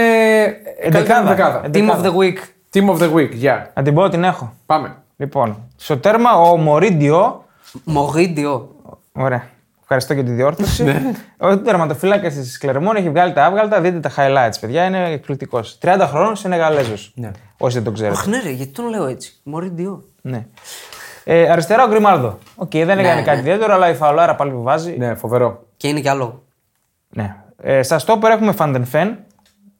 A: Καλύτερη δεκάδα.
B: Εντεκάδα.
C: Team of the week.
A: Team of the week. Yeah.
B: Να την πω, την έχω.
A: Πάμε.
B: Λοιπόν, στο τέρμα ο Μωρίντιο.
C: Μογίντιο.
B: Ωραία. Ευχαριστώ για τη
C: [laughs]
B: διόρθωση.
C: Ναι.
B: ο τερματοφύλακας της Κλερμόν έχει βγάλει τα άβγαλτα. Δείτε τα highlights, παιδιά. Είναι εκπληκτικός. 30 χρόνων είναι Γαλέζο. Όσοι δεν το ξέρετε.
C: Αχ, ναι, ρε, γιατί τον λέω έτσι. Μογίντιο.
B: Ναι. Ε, αριστερά ο Γκριμάλδο. Οκ, δεν έκανε
C: Ναι,
B: κάτι ιδιαίτερο, αλλά η Φαολάρα πάλι που βάζει. Ναι.
A: Ναι, φοβερό.
C: Και είναι κι άλλο.
B: Ε, στα στόπερ έχουμε Φαντενφέν.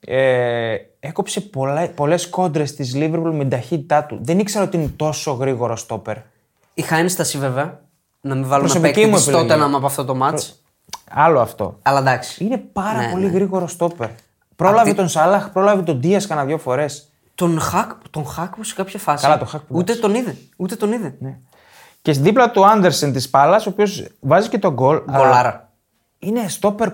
B: Ε, έκοψε πολλές κόντρες της Λίβερπουλ με την ταχύτητά του. Δεν ήξερα ότι είναι τόσο γρήγορο στόπερ.
C: Είχα ένσταση βέβαια να μην βάλουμε
B: Προσωπική
C: παίκτη
B: μου
C: της
B: επιλογή.
C: τότε να από αυτό το μάτς.
B: Άλλο αυτό.
C: Αλλά εντάξει.
B: Είναι πάρα
C: Ναι,
B: πολύ
C: ναι.
B: γρήγορο στόπερ. Πρόλαβε
C: Αυτή-
B: τον Σαλάχ, πρόλαβε τον Δίας κανένα δύο φορές.
C: Τον χακ, τον χακ μου σε κάποια φάση.
B: Καλά, τον Χακ που
C: Ούτε τον είδε. Ούτε τον είδε. Ναι.
B: Και στην δίπλα του Άντερσεν της Πάλας, ο οποίος βάζει και τον γκολ. αλλά
C: Γκολάρα.
B: Είναι στόπερ.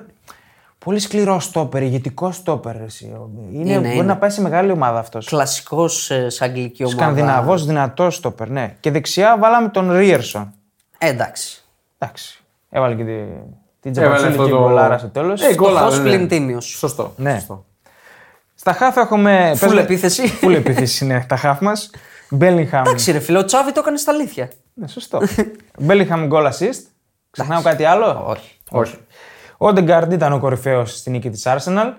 B: Πολύ σκληρό στόπερ, ηγετικό στόπερ. Εσύ. Είναι,
C: Είναι,
B: μπορεί
C: είναι.
B: να πάει σε μεγάλη ομάδα αυτός.
C: Κλασικός ε, σε αγγλική ομάδα.
B: Σκανδιναβός, δυνατός στόπερ, ναι. Και δεξιά βάλαμε τον Ρίερσον.
C: Ε, εντάξει.
B: Εντάξει. Έβαλε και τη, την
A: Έβαλε
B: τζαμπατσούλη και
A: αυτό
B: την
A: το-
B: γκολάρα στο τέλος.
A: Ε, γκολ,
C: Στοχός
A: ναι, ναι.
C: πλην τίμιος.
A: Σωστό.
B: Ναι.
A: σωστό.
B: Στα χάφ έχουμε.
C: Full επίθεση.
B: Φουλ επίθεση είναι τα χάφ μας. Μπέλιγχαμ.
C: Εντάξει, ρε φίλε, ο Τσάβη το έκανε στα αλήθεια.
B: Ναι,
C: [laughs]
B: σωστό. Μπέλιγχαμ γκολ assist. Ξεχνάω κάτι άλλο.
C: Όχι.
A: Όχι.
B: Ο Ντεγκάρντ ήταν ο κορυφαίος στην νίκη της Arsenal.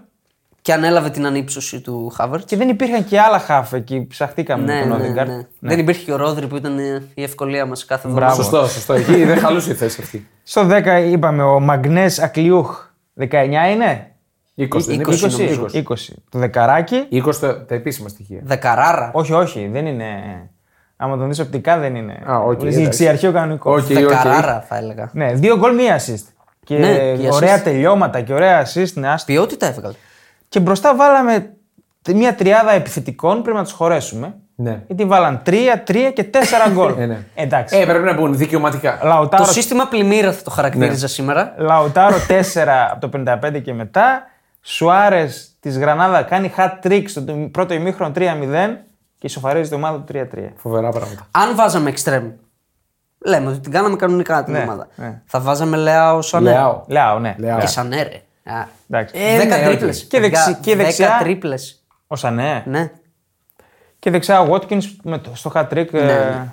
C: Και ανέλαβε την ανύψωση του Χάβερτ.
B: Και δεν υπήρχαν και άλλα χάφ εκεί. Ψαχτήκαμε με
C: Ναι,
B: τον
C: ναι, ναι,
B: Οδεγκάρντ.
C: Δεν υπήρχε και ο Ρόδρυ που ήταν ε, η ευκολία μας κάθε εβδομάδα.
B: Μπράβο.
A: Σωστό, σωστό. Εκεί δεν χαλούσε η θέση αυτή.
B: Στο 10 είπαμε ο Μαγνέ Ακλιούχ. 19 είναι.
A: 20, δεν είναι.
C: 20,
A: 20,
C: νομίζω.
A: 20.
B: 20. Το δεκαράκι.
A: 20 τα, τα επίσημα στοιχεία.
C: Δεκαράρα.
B: Όχι, όχι, δεν είναι. Άμα τον δεις οπτικά δεν είναι.
A: Α, οκ,
B: Είναι
A: εντάξει.
B: ληξιαρχείο κανονικό.
A: Όχι, όχι.
C: Δεκαράρα θα έλεγα.
B: Ναι, δύο γκολ, μία assist. Και
C: Ναι, και
B: ωραία
C: assist.
B: τελειώματα και ωραία assist. Ναι, άστα.
C: Ποιότητα έβγαλε.
B: Και μπροστά βάλαμε μια τριάδα επιθετικών πρέπει να τους χωρέσουμε.
A: Ναι.
B: Γιατί βάλαν 3, 3 και 4 γκολ.
A: Ε, ναι.
B: Εντάξει.
A: Ε, πρέπει να μπουν δικαιωματικά.
B: Λαουτάρο,
C: Το σύστημα πλημμύρα θα το
B: Ναι.
C: χαρακτήριζα σήμερα.
B: Λαουτάρο 4 από το 55 και μετά. Σουάρες της Γρανάδα κάνει hat trick στο πρώτο ημίχρονο 3-0 και ισοφαρίζει την ομάδα του 3-3.
A: Φοβερά πράγματα.
C: Αν βάζαμε εξτρέμ, λέμε ότι την κάναμε κανονικά την
B: Ναι,
C: ομάδα.
B: ναι.
C: Θα βάζαμε Λεάο Σανέ.
A: Λεάο.
B: Λέω, ναι.
A: Λεάο.
C: Και Σανέ, ρε. Α,
B: Εντάξει.
C: Ε,
A: ναι,
C: δέκα
A: οκ.
C: τρίπλε.
B: Και δεξι- και δεξιά.
C: Δέκα τρίπλες.
B: Όσα ναι.
C: Ναι.
B: Και δεξιά ο Watkins με το, στο hat trick ε,
C: ναι.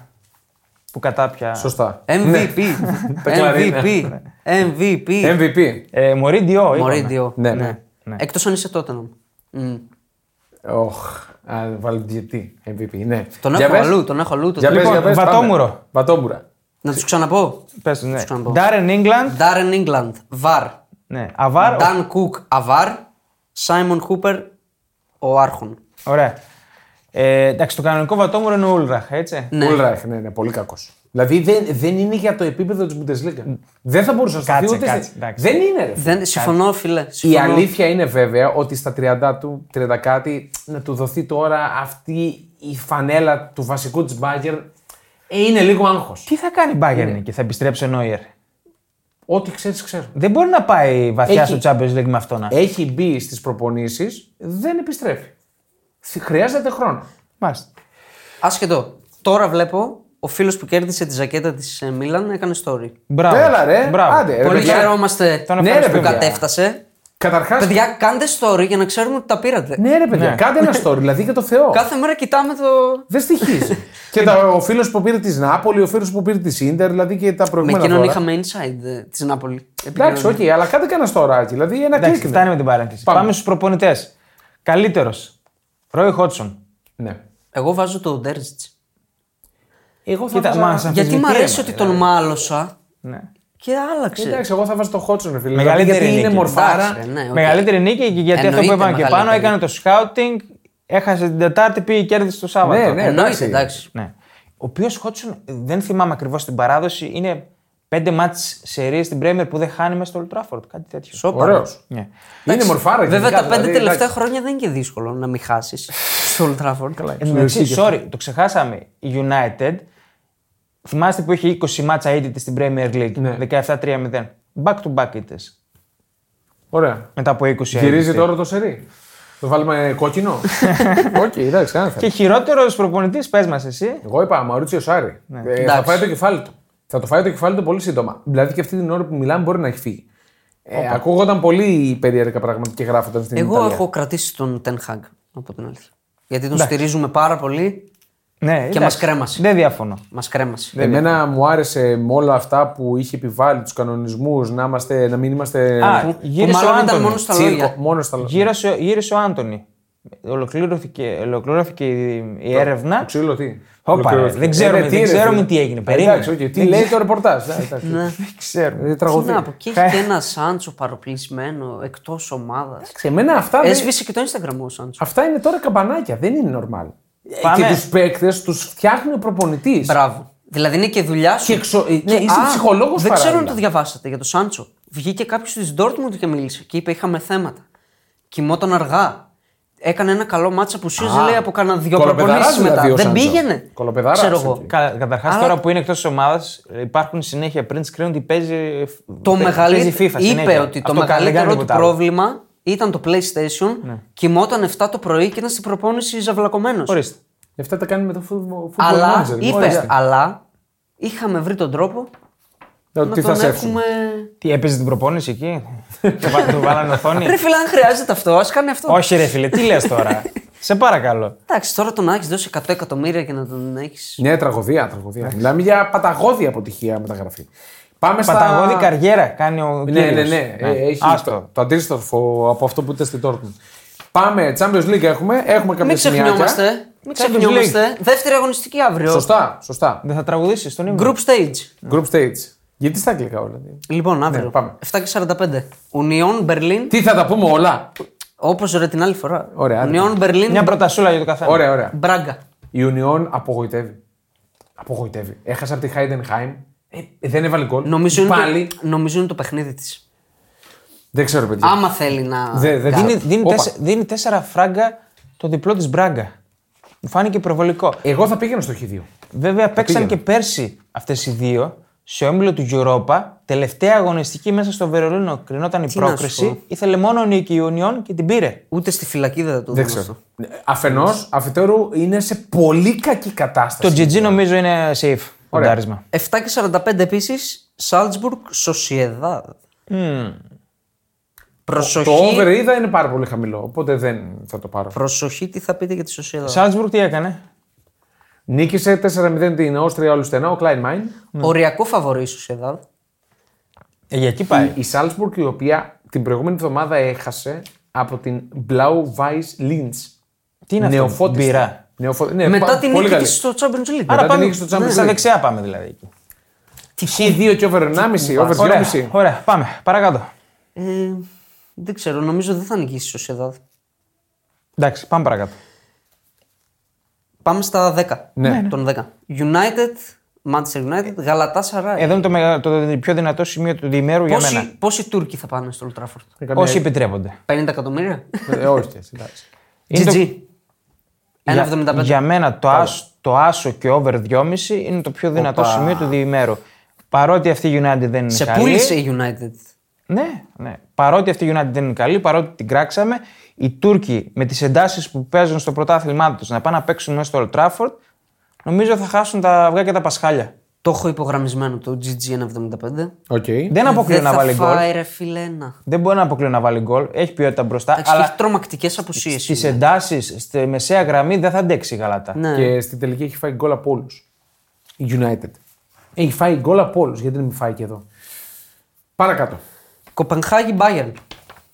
B: που κατάπια.
A: Σωστά.
C: MVP. [laughs]
A: Τα κλαρίνα.
C: MVP. MVP.
A: MVP.
B: Ε, Μωρίδιο.
C: Μωρίδιο.
A: Ναι.
B: Ναι.
C: Εκτός αν είσαι τότε.
A: Οχ, α, βαλντιετή. MVP, ναι.
C: Τον
A: Για
C: έχω
A: πες.
C: αλλού, τον έχω αλλού. το
A: Για πες,
C: τρίπλα.
B: Λοιπόν,
A: για πες, πάμε.
B: Βατόμουρο.
A: Βατόμουρα.
C: Να τους ξαναπώ.
B: Πες το, ναι.
C: Τους ξαναπώ.
B: Darren England.
C: Darren England, Βαρ.
B: Ναι. Αβάρ.
C: Dan Cook, Αβάρ. Simon Hooper, ο Άρχον.
B: Ωραία. Ε, εντάξει, το κανονικό βατόμουρο είναι ο Ούλραχ, έτσι.
C: Ναι.
A: Ούλραχ, ναι, ναι, πολύ κακός. Δηλαδή δεν, δεν είναι για το επίπεδο της Bundesliga. Δεν θα μπορούσε να σταθεί
B: Κάτσε,
A: ούτε.
B: κάτσε,
A: στη-
B: εντάξει.
A: Δεν είναι, ρε.
C: Δεν, συμφωνώ, φίλε.
A: Η
C: συμφωνώ.
A: αλήθεια είναι βέβαια ότι στα 30 του, 30 κάτι, να του δοθεί τώρα αυτή η φανέλα του βασικού της Μπάγκερ είναι λίγο άγχος.
B: Τι θα κάνει η Bayern
C: Ναι.
B: εκεί, θα επιστρέψει ο Νόιερ.
A: Ό,τι ξέρεις, ξέρω.
B: Δεν μπορεί να πάει βαθιά
A: Έχει.
B: στο Champions League με αυτό να.
A: Έχει μπει στις προπονήσεις, δεν επιστρέφει. Χρειάζεται χρόνο.
B: Μάλιστα.
C: Άσχετο. Τώρα βλέπω ο φίλος που κέρδισε τη ζακέτα της Μίλαν έκανε story.
B: Μπράβο.
A: Έλα, ρε.
B: Μπράβο.
A: Άντε, Ε, ρε,
C: Πολύ
A: παιδιά.
C: χαιρόμαστε
B: Τον
A: Ναι, ρε,
C: που
B: ευχαριστούμε.
A: παιδιά.
C: κατέφτασε.
A: Καταρχάς.
C: Παιδιά, κάντε story για να ξέρουμε ότι τα πήρατε.
A: Ναι, ρε παιδιά,
B: Ναι.
A: κάντε ένα story, δηλαδή για το Θεό.
C: Κάθε μέρα κοιτάμε το.
A: Δεν στοιχίζει. και τα, ο φίλος που πήρε της Νάπολη, ο φίλος που πήρε της ντερ, δηλαδή και τα
C: Με
A: προηγούμενα.
C: εκείνον
A: δώρα.
C: είχαμε inside της Νάπολη.
A: Εντάξει, οκ, αλλά κάντε κανένα στοράκι. Δηλαδή ένα
B: Εντάξει,
A: κλικ.
B: φτάνει με την παρένθεση.
A: Πάμε.
B: Πάμε, στους στου προπονητές. Καλύτερος. Ρόι Χότσον.
A: Ναι.
C: Εγώ βάζω το Ντέρζιτ.
A: Εγώ θα
B: Κοίτα,
A: βάζα-
B: μας αφήνει
C: Γιατί μου
B: κρίμα,
C: αρέσει ότι τον μάλωσα
B: Ναι.
C: και άλλαξε.
A: δηλαδή. Εντάξει, εγώ θα βάζω το Χότσον, ρε φίλε. Δηλαδή,
B: Μεγαλύτερη
A: γιατί είναι
B: νίκη.
A: μορφάρα.
C: Εντάξει, ρε, ναι, οκ.
B: Μεγαλύτερη νίκη και γιατί αυτό
C: Εννοείται
B: που είπαμε και πάνω
C: μεγαλύτερη.
B: έκανε το σκάουτινγκ, έχασε την Τετάρτη, πήγε κέρδισε το Σάββατο.
A: Ναι, ναι. εντάξει.
C: Εννοείται, εντάξει.
B: Ναι. Ο οποίος Χότσον, δεν θυμάμαι ακριβώς την παράδοση, είναι πέντε μάτς σερίες στην Πρέμερ που δεν χάνει μέσα στο Old Trafford. Κάτι τέτοιο.
A: Ωραίο.
B: Ναι.
A: Είναι μορφάρα.
C: Βέβαια,
A: γενικά,
C: τα πέντε
A: δηλαδή,
C: τελευταία
A: εντάξει.
C: χρόνια δεν είναι και δύσκολο να μην Ε, ναι. χάσεις
A: [laughs]
C: στο Old Trafford.
B: Εν τω μεταξύ, sorry, το ξεχάσαμε. Η United, θυμάστε που είχε 20 μάτσα ήττες στην Premier League.
A: Ναι.
B: 17-3-0. Back to back ήττες.
A: Ωραία.
B: Μετά από 20
A: Γυρίζει
B: ήττες.
A: τώρα το σερί. Το βάλουμε κόκκινο. Οκ, εντάξει, κανένα
B: Και
A: θέμα.
B: χειρότερος προπονητής, πες μας εσύ.
A: Εγώ είπα Μαουρίτσιο Σάρι.
B: Ναι.
A: Ε, θα
C: Εντάξει.
A: φάει το κεφάλι του. Θα το φάει το κεφάλι του πολύ σύντομα. Δηλαδή και αυτή την ώρα που μιλάμε μπορεί να έχει φύγει. Ε, ακούγονταν πολύ περίεργα πράγματα και γράφονταν στην
C: Εγώ
A: Ιταλία.
C: έχω κρατήσει τον Ten Hag, από την αλήθεια. Γιατί τον στηρίζουμε πάρα πολύ.
B: Ναι, εντάξει.
C: μας κρέμασε.
B: Δεν διαφωνώ.
C: Μας κρέμασε.
A: Εμένα μου άρεσε με όλα αυτά που είχε επιβάλει τους κανονισμούς να, είμαστε- να μην είμαστε.
B: Α,
A: Τσίρκο,
C: Που
B: γύρισε ο
C: μάλλον ήταν
B: Άντωνη.
C: μόνο στα λόγια.
A: μόνο στα λόγια.
B: Γύρωσε, γύρωσε ο Άντωνη. Ολοκληρώθηκε, ολοκληρώθηκε η- η έρευνα.
A: Το ξύλο τι.
B: Όπα,
A: Ολοκληρώθηκε.
B: δεν ξέρουμε-
A: Ε, ρε,
B: δεν
A: ρε,
B: ξέρουμε
A: φίλε.
B: τι έγινε,
A: Ε,
B: περίμενε.
A: Εντάξει, οκ, τι
B: Δεν
A: λέει
B: ξέρω.
A: το ρεπορτάζ. ε, εντάξει.
C: Ναι.
B: Δεν ξέρουμε.
A: Ε,
C: Τι
A: τραγωδία.
C: να πω, και έχει και ένα Σάντσο παροπλισμένο εκτός ομάδας.
A: Ε. Εντάξει, εμένα αυτά, δεν-
C: Έσβησε και το Instagram ο Σάντσο.
A: αυτά είναι τώρα καμπανάκια. Δεν είναι normal. Ε,
B: Πάμε.
A: Και τους παίκτες τους φτιάχνει ο προπονητής.
C: Μπράβο. Δηλαδή είναι και δουλειά σου.
A: Και εξο- ε, ναι, είσαι
C: Α,
A: ψυχολόγος
C: Δεν ξέρω αν
A: παράλληλα.
C: το διαβάσατε για το Σάντσο. Βγήκε κάποιος της Ντόρτμουντ και μίλησε και είπε: Είχαμε θέματα. Κοιμόταν αργά. Έκανε ένα καλό μάτσα που σου λέει από κανένα δυο
A: Κολοπεδαράς
C: προπονήσει μετά.
A: δηλαδή ο
C: δεν
A: Σάντσος.
C: πήγαινε.
A: Κολοπεδαράς,
C: Ξέρω
A: οκ.
C: εγώ.
B: Καταρχάς,
C: Αλλά-
B: τώρα που είναι εκτός τη ομάδας, υπάρχουν συνέχεια πριν screen ότι παίζει.
C: Το
B: παίζει
C: μεγαλύτερο.
B: FIFA
C: είπε
B: συνέχεια.
C: ότι το
B: Αυτό κα- δεν κάνει
C: μεγαλύτερο του
B: τίποτα άλλο.
C: πρόβλημα ήταν το PlayStation.
A: Ναι.
C: Κοιμόταν 7 το πρωί και ήταν στην προπόνηση ζαυλακωμένο.
B: Ορίστε.
A: Ε, Αυτά τα κάνει με το football
C: Αλλά,
A: manager. Λοιπόν,
C: είπε, αλλά είχαμε βρει τον τρόπο
A: Ότι
C: να
A: Ε, θα
C: τον
A: σε εύχομαι.
C: έχουμε.
B: Τι έπαιζε την προπόνηση εκεί. Του βά- Του βάλανε οθόνη.
C: Ρε φίλε, αν χρειάζεται αυτό, ας κάνει αυτό.
B: Όχι, ρε φίλε, τι λες τώρα. Σε παρακαλώ.
C: Εντάξει, τώρα το να έχει δώσει 100 εκατομμύρια και να τον έχεις.
A: Ναι, τραγωδία, τραγωδία. Μιλάμε για παταγώδη αποτυχία μεταγραφή. Πάμε στα.
B: Παταγώδη καριέρα κάνει ο
A: Ναι, ναι,
B: κύριος.
A: ναι. Ε, Έχει το,
B: Άστο.
A: το αντίστροφο από αυτό που ήταν στην Dortmund. Πάμε, Champions League έχουμε. Έχουμε κάποια
C: Μην
A: σημεία.
C: ξεχνιόμαστε.
B: Champions
C: Μην ξεχνιόμαστε. Δεύτερη αγωνιστική αύριο.
A: Σωστά, σωστά.
B: Δεν θα τραγουδήσεις τον ύμνο.
C: Group stage.
A: Group stage. Γιατί στα αγγλικά όλα. δηλαδή.
C: Λοιπόν,
A: Ναι,
C: αύριο.
A: πάμε.
C: 7.45. Ουνιόν Μπερλίν.
A: Τι θα τα πούμε όλα.
C: Όπως ρε την άλλη φορά.
A: Ωραία, άντε.
C: Ουνιόν Μπερλίν.
B: Μια πρωτασούλα για το καθένα.
A: Ωραία, ωραία.
C: Μπράγκα.
A: Η Union απογοητεύει. Απογοητεύει. Έχασε από τη Heidenheim. Ε, δεν έβαλε γκολ.
C: Νομίζω είναι,
A: Πάλι.
C: το, νομίζω είναι το παιχνίδι της.
A: Δεν ξέρω, παιδιά.
C: Άμα θέλει να.
A: Δε- δεν
C: κάνει.
A: είναι-
B: Δίνει, δίνει,
A: Όπα.
B: τέσσε- δίνει τέσσερα φράγκα το διπλό της Μπράγκα. Μου φάνηκε προβολικό.
A: Εγώ θα πήγαινα στο χ2.
B: Βέβαια, παίξαν και πέρσι αυτές οι δύο σε όμιλο του Europa. Τελευταία αγωνιστική μέσα στο Βερολίνο κρινόταν η
C: να σου
B: πρόκριση.
C: πω.
B: Ήθελε μόνο νίκη η Union και την πήρε.
C: Ούτε στη φυλακή δεν θα το
A: Δεν
C: δούμε
A: ξέρω.
C: αυτό.
A: Αφενός, αφετέρου είναι σε πολύ κακή
B: Το
A: κατάσταση.
B: GG νομίζω είναι safe. Ποντάρισμα.
C: 7 και 45 επίση, Σάλτσμπουργκ, Σοσιεδάδ. Προσοχή,
A: Το over είδα είναι πάρα πολύ χαμηλό, οπότε δεν θα το πάρω.
C: προσοχή τι θα πείτε για τη Σοσιεδάδ.
B: Σάλτσμπουργκ τι έκανε.
A: Νίκησε 4-0 την Όστρια όλου στενά, ο Klein Mine.
B: Ναι.
C: Οριακό φαβορή η Σοσιεδάδ.
B: Ε, για εκεί πάει.
A: Η Σάλτσμπουργκ, η οποία την προηγούμενη εβδομάδα έχασε από την Blau Weiss Linz.
B: Τι είναι αυτό.
A: Νεοφώτιστη.
B: Μπυρά.
A: Νεοφω-
B: Ε,
A: ναι,
C: Μετά
A: πα-
C: την
A: πολύ
C: νίκη
A: καλή.
C: της στο Champions League.
A: Άρα
B: Άρα
A: την
B: πάμε
A: νίκη στο Champions
B: ναι, στα
A: League.
B: δεξιά πάμε δηλαδή. εκεί.
A: Χ2 και over 1,5, over
B: Ωραία,
A: 2,5.
B: ωραία, πάμε. Παρακάτω.
C: Ε, δεν ξέρω, νομίζω δεν θα νικήσεις η Σοσιαδάδ.
B: Εντάξει, πάμε παρακάτω.
C: Πάμε στα 10.
A: Ναι.
C: Των 10. United, Manchester United, Γαλατά Σαράι.
B: Εδώ είναι το, μεγα- το, πιο δυνατό σημείο του διημέρου Ε, για μένα. Ε,
C: Πόσοι, πόσοι Τούρκοι θα πάνε στο Old Trafford.
A: Καμία-
B: Όσοι επιτρέπονται.
C: 50 εκατομμύρια.
A: Ε, όχι, έτσι, εντάξει.
B: Είναι το-
C: GG. 1,75.
B: Για, για μένα το, άσ, το άσο και over 2,5 είναι το πιο δυνατό σημείο του διημέρου. Παρότι αυτή η United δεν είναι
C: Σε
B: καλή.
C: πούλησε η United.
B: Ναι, ναι. Παρότι αυτή η United δεν είναι καλή, παρότι την κράξαμε, οι Τούρκοι με τις εντάσεις που παίζουν στο πρωτάθλημά τους να πάνε να παίξουν μέσα στο Old Trafford, νομίζω θα χάσουν τα αυγά και τα πασχάλια.
C: Το έχω υπογραμμισμένο το GG 1,75.
A: Οκ.
B: Δεν αποκλείω να
C: Ε, θα
B: βάλει γκολ.
C: φάει, ρε φίλε ένα.
B: Δεν μπορεί να αποκλείω να βάλει γκολ. Έχει ποιότητα μπροστά.
C: Εντάξει,
B: αλλά
C: έχει τρομακτικές απουσίες.
B: στις εντάσεις, στη μεσαία γραμμή δεν θα αντέξει η Γαλατά.
C: Ναι.
A: Και στην τελική έχει φάει γκολ από όλους. Η United. Έχει φάει γκολ από όλους. Γιατί δεν μην φάει και εδώ. Παρακάτω.
C: Κοπενχάγη Bayern.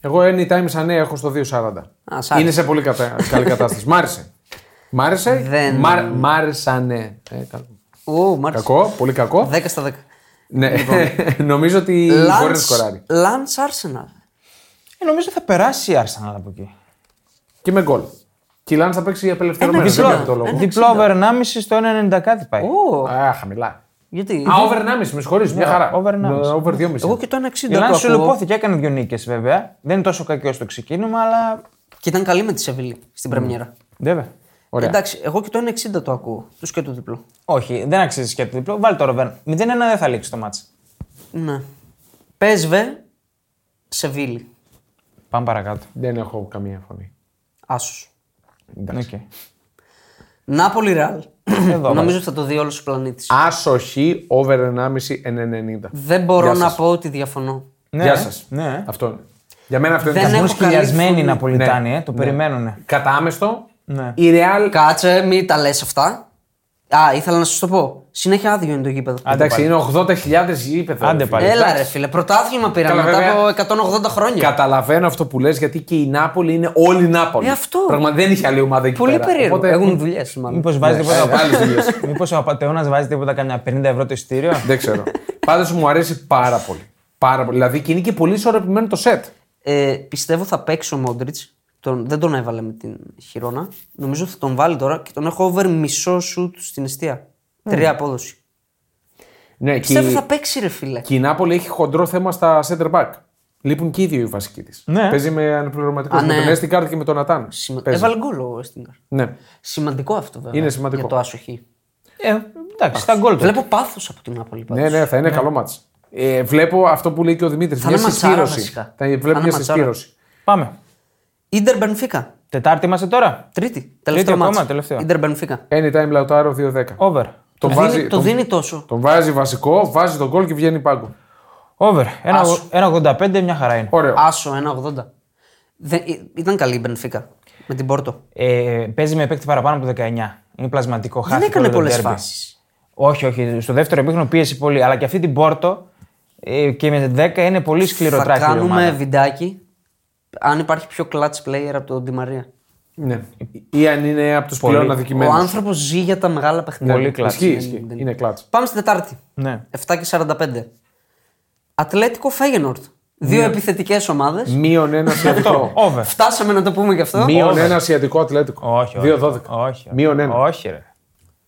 A: Εγώ anytime σαν νέα έχω στο 2.40.
C: Α, σ' άρεσε.
A: Είναι σε πολύ
C: [laughs]
A: κατα... καλή κατάσταση. Μ' άρεσε. Μ' άρεσε.
C: Δεν-
A: Μάρ... Μ' άρεσανε. Ε, κα-
C: Ω, μ' άρεσε.
A: Κακό, πολύ κακό.
C: 10 στα 10.
A: Ναι.
C: Λοιπόν.
A: [laughs] Νομίζω ότι μπορεί Ε, να σκοράρει.
C: Λαντς Arsenal.
B: Ε, νομίζω θα περάσει η Arsenal από εκεί.
A: Και με γκολ. Και η Λάνς θα παίξει
C: Ε, Ναι,
A: απελευθερωμένο. Δεν
B: Διπλό,
A: ξέρω το λόγο.
B: διπλό over 1,5 στο 1,90 κάτι πάει.
C: Ω,
A: Α, χαμηλά.
C: γιατί.
A: Α, over 1,5, με συγχωρείς,
C: Ναι,
A: μια χαρά.
B: over 1,5.
A: Over 2,5.
C: Εγώ και το 1,60
B: Η Λάνη σου
C: το ακούω.
B: λυπόθηκε, έκανε δύο νίκες βέβαια. Δεν είναι τόσο κακό στο ξεκίνημα, αλλά.
C: Και ήταν καλή με τη Σεβίλη στην Πρεμιέρα.
B: Βέβαια.
A: Ωραία.
C: Εντάξει, εγώ και το 1,60 το ακούω. Του και το διπλό.
B: Όχι, δεν αξίζει και το διπλό. Βάλει το Ροβέν. 0-1 δεν θα λήξει το μάτσο.
C: Ναι. Πέσβε Σεβίλη.
B: Πάμε παρακάτω.
A: Δεν έχω καμία φωνή.
C: Άσος.
A: Εντάξει.
B: Okay.
C: Νάπολη Ραλ. [coughs]
B: Εδώ
C: Νομίζω ότι θα το δει όλος ο πλανήτης.
A: Άσοχη over 1,5 1,90.
C: Δεν μπορώ να πω ότι διαφωνώ.
B: Ναι,
A: Γεια σας.
B: Ναι.
A: Αυτό είναι. Για μένα αυτό
C: Δεν
A: είναι
C: έχω
A: το
C: καλή φωνή.
B: Σκυλιασμένοι οι Ναπολιτάνοι,
A: Ναι.
B: ε, το περιμένουνε.
A: Κατά άμεστο,
B: Ναι.
A: η Real.
C: Κάτσε, μην τα λες αυτά. Α, ήθελα να σου το πω. Συνέχεια άδειο είναι το γήπεδο.
B: Άντε
A: Εντάξει,
B: πάλι.
A: είναι 80.000 γήπεδα.
B: Άντε
A: ρε φίλε.
B: πάλι.
C: Έλα ρε φίλε, πρωτάθλημα πήραμε
A: Καλά, βέβαια.
C: μετά από 180 χρόνια.
A: Καταλαβαίνω αυτό που λες γιατί και η Νάπολη είναι όλη η Νάπολη.
C: Ε, αυτό.
A: Πραγμα, δεν είχε άλλη ομάδα εκεί
C: Πολύ
A: πέρα.
C: περίεργο.
A: Οπότε-
C: Έχουν δουλειές μάλλον.
B: Μήπως βάζει
A: Ναι,
B: τίποτα.
A: άλλες δουλειές. Ναι.
B: Μήπως ο απαταιώνα βάζει τίποτα καμιά 50 ευρώ το ειστήριο.
A: Δεν
C: [laughs]
A: ξέρω. Πάντως μου αρέσει πάρα πολύ. Πάρα πολύ. Δηλαδή και είναι και πολύ ισορροπημένο το σετ.
C: Ε, πιστεύω θα παίξει ο Μόντριτ. Τον, δεν τον έβαλε με την χειρόνα. Νομίζω θα τον βάλει τώρα και τον έχω over μισό σουτ στην αιστεία. Τρία απόδοση.
A: Ναι, και,
C: Πιστεύω
A: η-
C: θα παίξει ρε φίλε.
A: και η Νάπολη έχει χοντρό θέμα στα center back. Λείπουν και οι δύο οι βασικοί της.
B: Ναι.
A: Παίζει με ανεπληρωματικό.
C: Α,
A: Με τον
C: ναι.
A: Έστι Κάρτ και με τον Ατάν.
C: Σημα...
A: Παίζει.
C: Έβαλε γκολ ο Έστιγκαρ.
A: Ναι.
C: Σημαντικό αυτό βέβαια.
A: Είναι σημαντικό.
C: Για το άσοχη.
B: Ε, εντάξει, στα γκολ του.
C: Βλέπω πάθος από την Νάπολη. πάντως.
A: Ναι, ναι, θα είναι καλό μάτς. Ε, βλέπω αυτό που λέει και ο Δημήτρης.
C: Θα
A: Μια
C: είναι ματσάρα,
A: συσχήρωση.
C: βασικά.
A: Θα
C: Θα είναι
A: βλέπω μια
C: ματσάρα.
A: συσχήρωση.
B: Πάμε.
C: Ιντερ Μπενφίκα.
B: Τετάρτη είμαστε τώρα.
C: Τρίτη. Τελευταίο
B: ακόμα,
C: μάτς.
B: τελευταίο.
C: Ιντερ Μπενφίκα.
A: Anytime Lautaro 2-10.
B: Over.
A: Τον
C: Το,
A: βάζει-
C: δίνει, το
A: τον-
C: δίνει τόσο.
A: Τον βάζει βασικό, βάζει τον γκολ και βγαίνει πάγκο.
B: Over. Ένα-
C: Άσο.
B: 1,85 μια χαρά είναι.
A: Ωραίο.
C: Άσο 1,80. Δεν- ή- Ήταν καλή η Μπενφίκα με την Πόρτο.
B: Ε, παίζει με παίκτη παραπάνω από 19. Είναι πλασματικό χάρτη.
C: Δεν έκανε πολλές φάσεις.
B: Όχι, όχι. Στο δεύτερο επίχρονο πίεση πολύ. Αλλά και αυτή την Πόρτο ε, και με 10 είναι πολύ
C: Θα
B: σκληροτράχηλη
C: κάνουμε
B: ομάδα.
C: βιντεάκι αν υπάρχει πιο clutch player από τον Ντι Μαρία.
A: Ναι. Ή αν είναι από τους
B: Πολύ.
A: πλέον
C: Ο
A: αδικημένου.
C: άνθρωπος ζει για τα μεγάλα παιχνίδια.
B: Πολύ κλατς.
A: Ισχύει,
B: κλατ.
A: ισχύει. Είναι κλατ.
C: Πάμε στην Τετάρτη.
B: Ναι.
C: 7 και 45. Ατλέτικο Φέγενορτ. Δύο επιθετικές ομάδες.
A: Μείον ένα ασιατικό.
B: Over.
C: Φτάσαμε να το πούμε γι' αυτό.
A: Μείον ένα ασιατικό ατλέτικο.
B: Όχι, όχι.
A: 2-12.
B: Όχι, όχι.
A: Μείον ένα.
B: Όχι, ρε.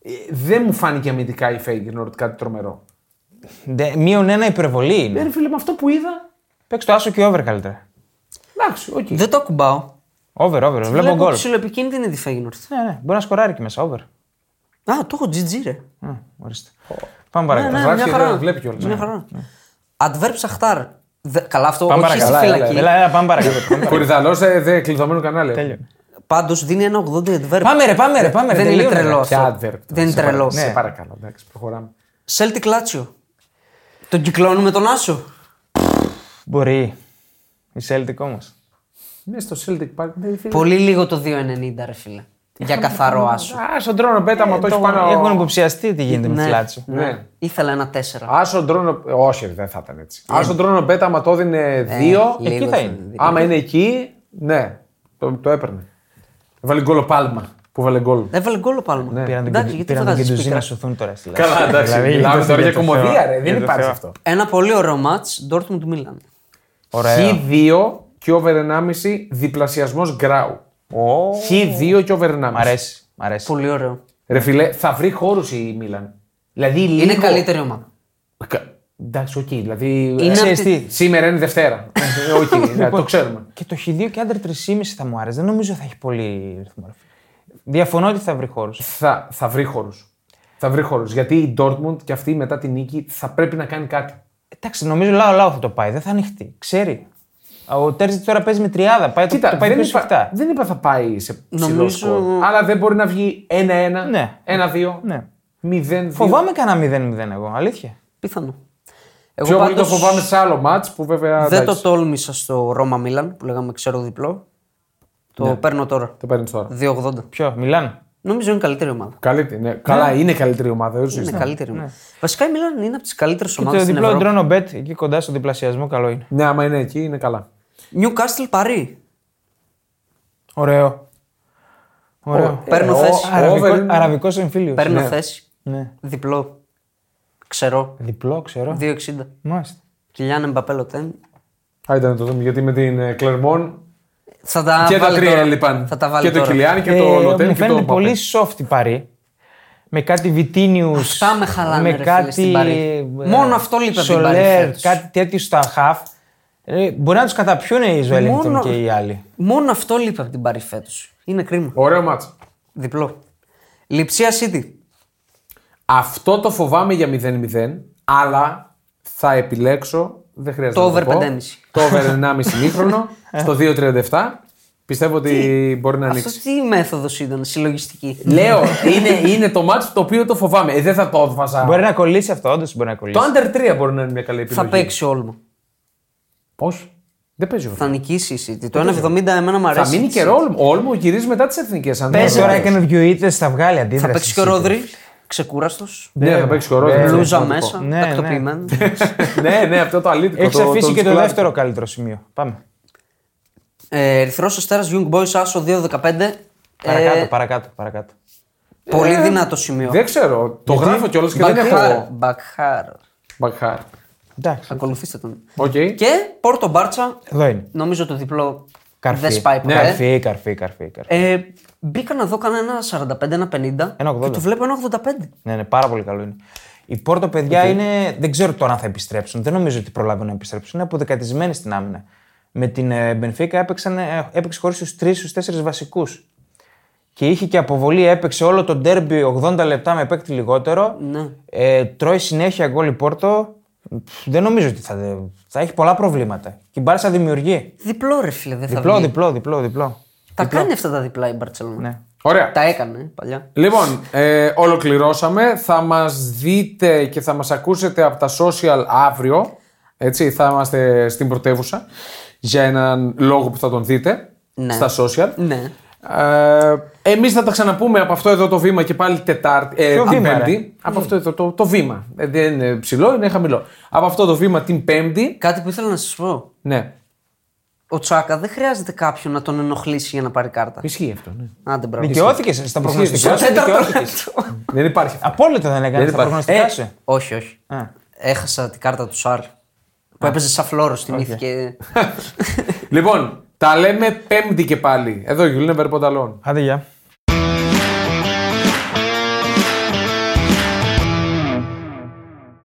A: Ε, Δεν μου φάνηκε αμυντικά η Feyenoord κάτι τρομερό. Ε,
B: Δε- μείον ένα υπερβολή είναι.
A: Δεν φίλε με αυτό που είδα.
B: Παίξ το άσο και over καλύτερα.
A: Εντάξει, οκ.
C: Δεν το ακουμπάω.
B: Over, over. Βλέπω
C: Βλέπω
B: γκολ.
C: ψηλοεπικίνδυνη τη Feyenoord.
B: Ναι, ναι. Μπορεί να σκοράρει και μέσα. Over.
C: Α, το έχω GG ρε.
B: Ναι, ορίστε. Πάμε
C: Ναι,
B: παρακάτω.
C: ναι,
A: βράσκει
C: μια
A: και
C: χαρά.
A: δεν βλέπει κιόλας.
B: ναι.
C: Μια χαρά. Adverb Σαχτάρ. Δε- Καλά αυτό,
B: Πάμε
C: όχι στη
B: παρακάτω. Έλα,
C: φυλακή.
B: έλα, έλα, πάμε παρακάτω.
A: Κορυδαλό δε, ε, δε κλειδωμένο κανάλι.
B: Τέλειο.
C: Πάντως δίνει ένα 80 adverb.
B: Πάμε ρε, πάμε ρε, πάμε ρε.
C: Δεν είναι
B: τελείωνε, ρε.
C: τρελός
A: Ποια
C: αυτό.
A: adverb.
C: Δεν είναι
A: Σε παρα-
C: τρελός.
A: Σε
B: Ναι.
A: παρακαλώ, εντάξει, προχωράμε.
C: Celtic Lazio. Τον κυκλώνουμε τον Άσο.
B: Μπορεί. Η Celtic όμως.
A: Ναι, στο Celtic Park. δεν θέλει-
C: Πολύ λίγο το 2,90 ρε φίλε. Για καθαρό Άσο.
A: Α, στον τρώνο πέτα, μα το έχει πάνω.
B: Ε, Έχουν υποψιαστεί τι γίνεται με τη
C: Ναι,
B: Λάτσο.
A: Ναι.
C: Ήθελα ένα 4.
A: Άσον τρώνο. Όχι, δεν θα ήταν έτσι. Άσον τρώνο πέτα, μα το έδινε δύο.
B: εκεί
C: Λίγο
B: θα
C: το-
B: είναι.
A: Άμα είναι εκεί, ναι, το, το έπαιρνε. Βάλει γκολ ο Πάλμα που βάλε γκολ.
C: Έβαλε γκολ ο Πάλμα.
B: Ναι, Πήραν τον
C: Εντάξει,
B: Κεν-
C: γιατί
B: πήραν τον
C: βγάζεις
B: Κεντουζή
C: πίκρα.
B: να σωθούν τώρα στη Λάτσο.
A: Καλά, εντάξει.
B: Δηλαδή,
A: Μιλάμε
B: για
A: τώρα
B: το
A: για
B: Θεό.
A: κομμωδία, ρε.
B: Για
A: Δεν
B: το
A: υπάρχει
B: Θεό.
A: αυτό.
C: Ένα πολύ ωραίο μάτς, Dortmund Milan.
B: Ωραίο.
A: Χ2 και over 1,5 διπλασιασμός γκράου.
B: Ω,
A: Χ2 και over 1,5.
B: Μ' αρέσει. Μ' αρέσει.
C: Πολύ ωραίο.
A: Ρε φιλέ, θα βρει χώρους η Μίλαν. Δηλαδή λίγο...
C: Είναι καλύτερη ομάδα.
A: Κα- Εντάξει, οκ. Δηλαδή.
C: Είναι Λοιπόν.
A: ε,
B: Ξέρεις
C: απ' τη-
B: τι.
A: Σήμερα είναι
C: [laughs]
A: Δευτέρα. Ε, οκ, ναι, το ξέρουμε.
B: Και το χ2 και άντρα 3,5 θα μου άρεσε. Δεν νομίζω θα έχει πολύ ρυθμό. ρε φίλε. Διαφωνώ ότι θα βρει χώρους.
A: Θα, θα βρει χώρους. Θα βρει χώρους. Γιατί η Dortmund και αυτή μετά την νίκη θα πρέπει να κάνει κάτι.
B: Εντάξει, νομίζω λαό λαό θα το πάει. Δεν θα ανοιχτεί. Ξέρει. Ο Τέρζι τώρα παίζει με τριάδα. Πάει, το- το πάει
A: δεν,
B: πίσω
A: είπα,
B: αυτά.
A: δεν είπα θα πάει σε ψηλό
C: Νομίζω-
A: σκορ. Αλλά δεν μπορεί να βγει 1-1,
B: Ναι.
A: 1-2,
B: Ναι.
A: 0-2.
B: Φοβάμαι κανένα 0-0 εγώ. Αλήθεια.
C: Πιθανό.
A: Πιο
C: Εγώ
A: πολύ το
C: πάντως
A: φοβάμαι σε άλλο μάτς που βέβαια.
C: δεν
A: εντάξει,
C: το τόλμησα στο Ρώμα Μίλαν που λέγαμε ξέρω διπλό. Το
A: Ναι.
C: παίρνω τώρα.
A: το παίρνεις τώρα.
C: 2,80.
B: Ποιο, Μιλάνο.
C: Νομίζω είναι καλύτερη ομάδα.
A: Καλύτερη, ναι. Καλά, είναι καλύτερη ομάδα. δεν
C: Είναι
A: συζητάμε.
C: καλύτερη ομάδα. Βασικά η Μίλαν είναι από τις καλύτερες
B: Και
C: ομάδε
B: το
C: στην
B: διπλό
C: Ευρώπη.
B: ντρόνο μπετ εκεί κοντά στον διπλασιασμό καλό είναι.
A: Ναι, άμα είναι εκεί είναι καλά.
C: Newcastle Παρί.
A: Ναι.
B: Ωραίο. Ωραίο.
C: Παίρνω
A: Ε, ο-
C: θέση.
B: Αραβικό,
A: over είναι-
B: αραβικός εμφύλιος.
C: Παίρνω
A: ναι.
C: θέση.
B: Ναι.
C: Διπλό. Ξερό.
B: Διπλό, ξέρω.
C: 2,60.
B: Μάλιστα.
C: Κιλιάν Εμπαπέ Λοτέν.
A: Άιντε να το δούμε γιατί με την ε, Κλερμόν
C: Θα τα
A: και τα
C: βάλει
A: τρία
C: τώρα.
A: έλειπαν.
C: Θα τα βάλει
A: Και το
C: τώρα.
A: Κιλιάν και το Λοτέν
B: Ε, μου
A: και το
B: φαίνεται
A: Μπαπέ.
B: πολύ soft η Παρή. Με κάτι βιτίνιους.
C: Αυτά με χαλάνε, ρε φίλε,
B: κάτι.
C: στην Παρή.
B: ε,
C: Μόνο αυτό λείπει από την Παρή
B: Σολέρ,
C: φέτος.
B: κάτι τέτοιο στα χαφ. Ε, μπορεί να τους καταπιούν οι Ζωέλιγκτον
C: Μόνο-
B: και οι άλλοι.
C: Μόνο αυτό λείπει από την Παρί φέτος. Είναι κρίμα.
A: Ωραίο μάτς.
C: Διπλό. Λιψία City.
A: Αυτό το φοβάμαι για 0-0, αλλά θα επιλέξω. Δεν χρειάζεται
C: Το
A: να
C: over
A: πω,
C: 5,5.
A: Το over 1,5
B: [laughs]
A: μήχρονο στο 2,37. Πιστεύω ότι μπορεί να ανοίξει.
C: Αυτό Ναι. τι μέθοδος ήταν, συλλογιστική.
A: Λέω, είναι, είναι το μάτς το οποίο το φοβάμαι. Ε, δεν θα το βάζα.
B: Μπορεί να κολλήσει αυτό, όντως μπορεί να κολλήσει.
A: Το under 3 μπορεί να είναι μια καλή επιλογή.
C: θα παίξει όλμα.
A: Όχι. Δεν παίζει όλο.
C: Θα νικήσει
B: Ε,
C: η City. Το 1,70 εμένα μου αρέσει.
A: Θα μείνει και ρόλο. Ο Όλμο γυρίζει μετά τις εθνικές.
B: Πε τώρα έκανε δύο ήττες, θα βγάλει αντίδραση.
C: Θα παίξει και ο Ρόδρυ. Ξεκούραστος.
A: Ναι, θα παίξει και ο Ρόδρυ.
B: Ναι.
A: Ναι,
C: Μπλούζα
A: ναι.
C: μέσα.
B: Ναι, ναι.
C: Τακτοποιημένος.
A: Ναι, ναι, αυτό το αλήτικο.
B: Έχεις
A: το-
B: αφήσει και το
A: τσουκλάκι.
B: δεύτερο καλύτερο σημείο. Πάμε.
C: Ερυθρός Αστέρας Ε, Young Boys Άσο 2,15. Ε,
B: Παρακάτω, Ε, παρακάτω, παρακάτω.
C: Πολύ δυνατό σημείο.
A: Δεν ξέρω. Το γράφω κιόλας και δεν
C: Μπακχάρο.
A: έχω.
C: Μπακχάρο.
A: Μπακχάρ.
B: Εντάξει.
C: Ακολουθήστε τον.
A: Οκ.
C: Και Πόρτο Μπάρτσα.
B: Εδώ είναι.
C: Νομίζω το διπλό
B: Καρφί.
C: δεν σπάει ποτέ.
B: ναι. καρφί, καρφί, καρφί, καρφί.
C: Ε, μπήκα να δω κανένα ένα 45, ένα 50
B: Ένα 80.
C: και το βλέπω ένα 85.
B: Ναι, ναι, πάρα πολύ καλό είναι. Η Πόρτο, παιδιά, είναι. Δεν ξέρω τώρα αν θα επιστρέψουν. Δεν νομίζω ότι προλάβουν να επιστρέψουν. Είναι αποδεκατισμένοι στην άμυνα. Με την ε, Μπενφίκα έπαιξαν, ε, έπαιξε χωρίς τους τρεις, τους τέσσερις βασικούς. Και είχε και αποβολή, έπαιξε όλο το ντέρμπι 80 λεπτά με παίκτη λιγότερο.
C: Ναι.
B: Ε, τρώει συνέχεια γκολ η Πόρτο. Πφ, Δεν νομίζω ότι θα, θα έχει πολλά προβλήματα. Και η Μπάρσα δημιουργεί.
C: Διπλό ρε φίλε, δεν θα
B: Διπλό,
C: βγει.
B: διπλό, διπλό, διπλό.
C: Τα κάνει αυτά τα διπλά η Μπαρτσελόνα.
B: Ναι.
A: Ωραία.
C: Τα έκανε ε, παλιά.
A: Λοιπόν, ε, ολοκληρώσαμε. Θα μας δείτε και θα μας ακούσετε από τα social αύριο. Έτσι, θα είμαστε στην πρωτεύουσα για έναν λόγο που θα τον δείτε
C: Ναι.
A: στα social.
C: Ναι.
A: Ε, Εμείς θα τα ξαναπούμε από αυτό εδώ το βήμα και πάλι Τετάρτη. Ε,
B: Ποιο
A: την
B: βήμα,
A: Πέμπτη.
B: ρε?
A: Από αυτό εδώ το, το βήμα. Ε, δεν είναι ψηλό, είναι χαμηλό. Από αυτό το βήμα την Πέμπτη.
C: Κάτι που ήθελα να σας πω.
A: Ναι,
C: Ο Τσάκα δεν χρειάζεται κάποιον να τον ενοχλήσει για να πάρει κάρτα.
A: ισχύει αυτό. Ναι.
C: Άντε, μπράβο.
B: Δικαιώθηκε στα προγνωστικά σου.
C: Στο τέταρτο
B: δικαιώθηκες.
A: δεν υπάρχει αυτό.
B: Απόλυτα δεν έκανε
A: Δεν
B: στα
A: υπάρχει.
B: προγνωστικά
A: Ε,
B: σου.
C: Όχι, όχι.
B: Α.
C: Έχασα την κάρτα του Σαρ. Που έπαιζε σαν φλόρο, θυμήθηκε.
A: λοιπόν, τα λέμε Πέμπτη και πάλι. Εδώ, Γιουλίνε Βερπονταλόν.
B: Άντε, γεια.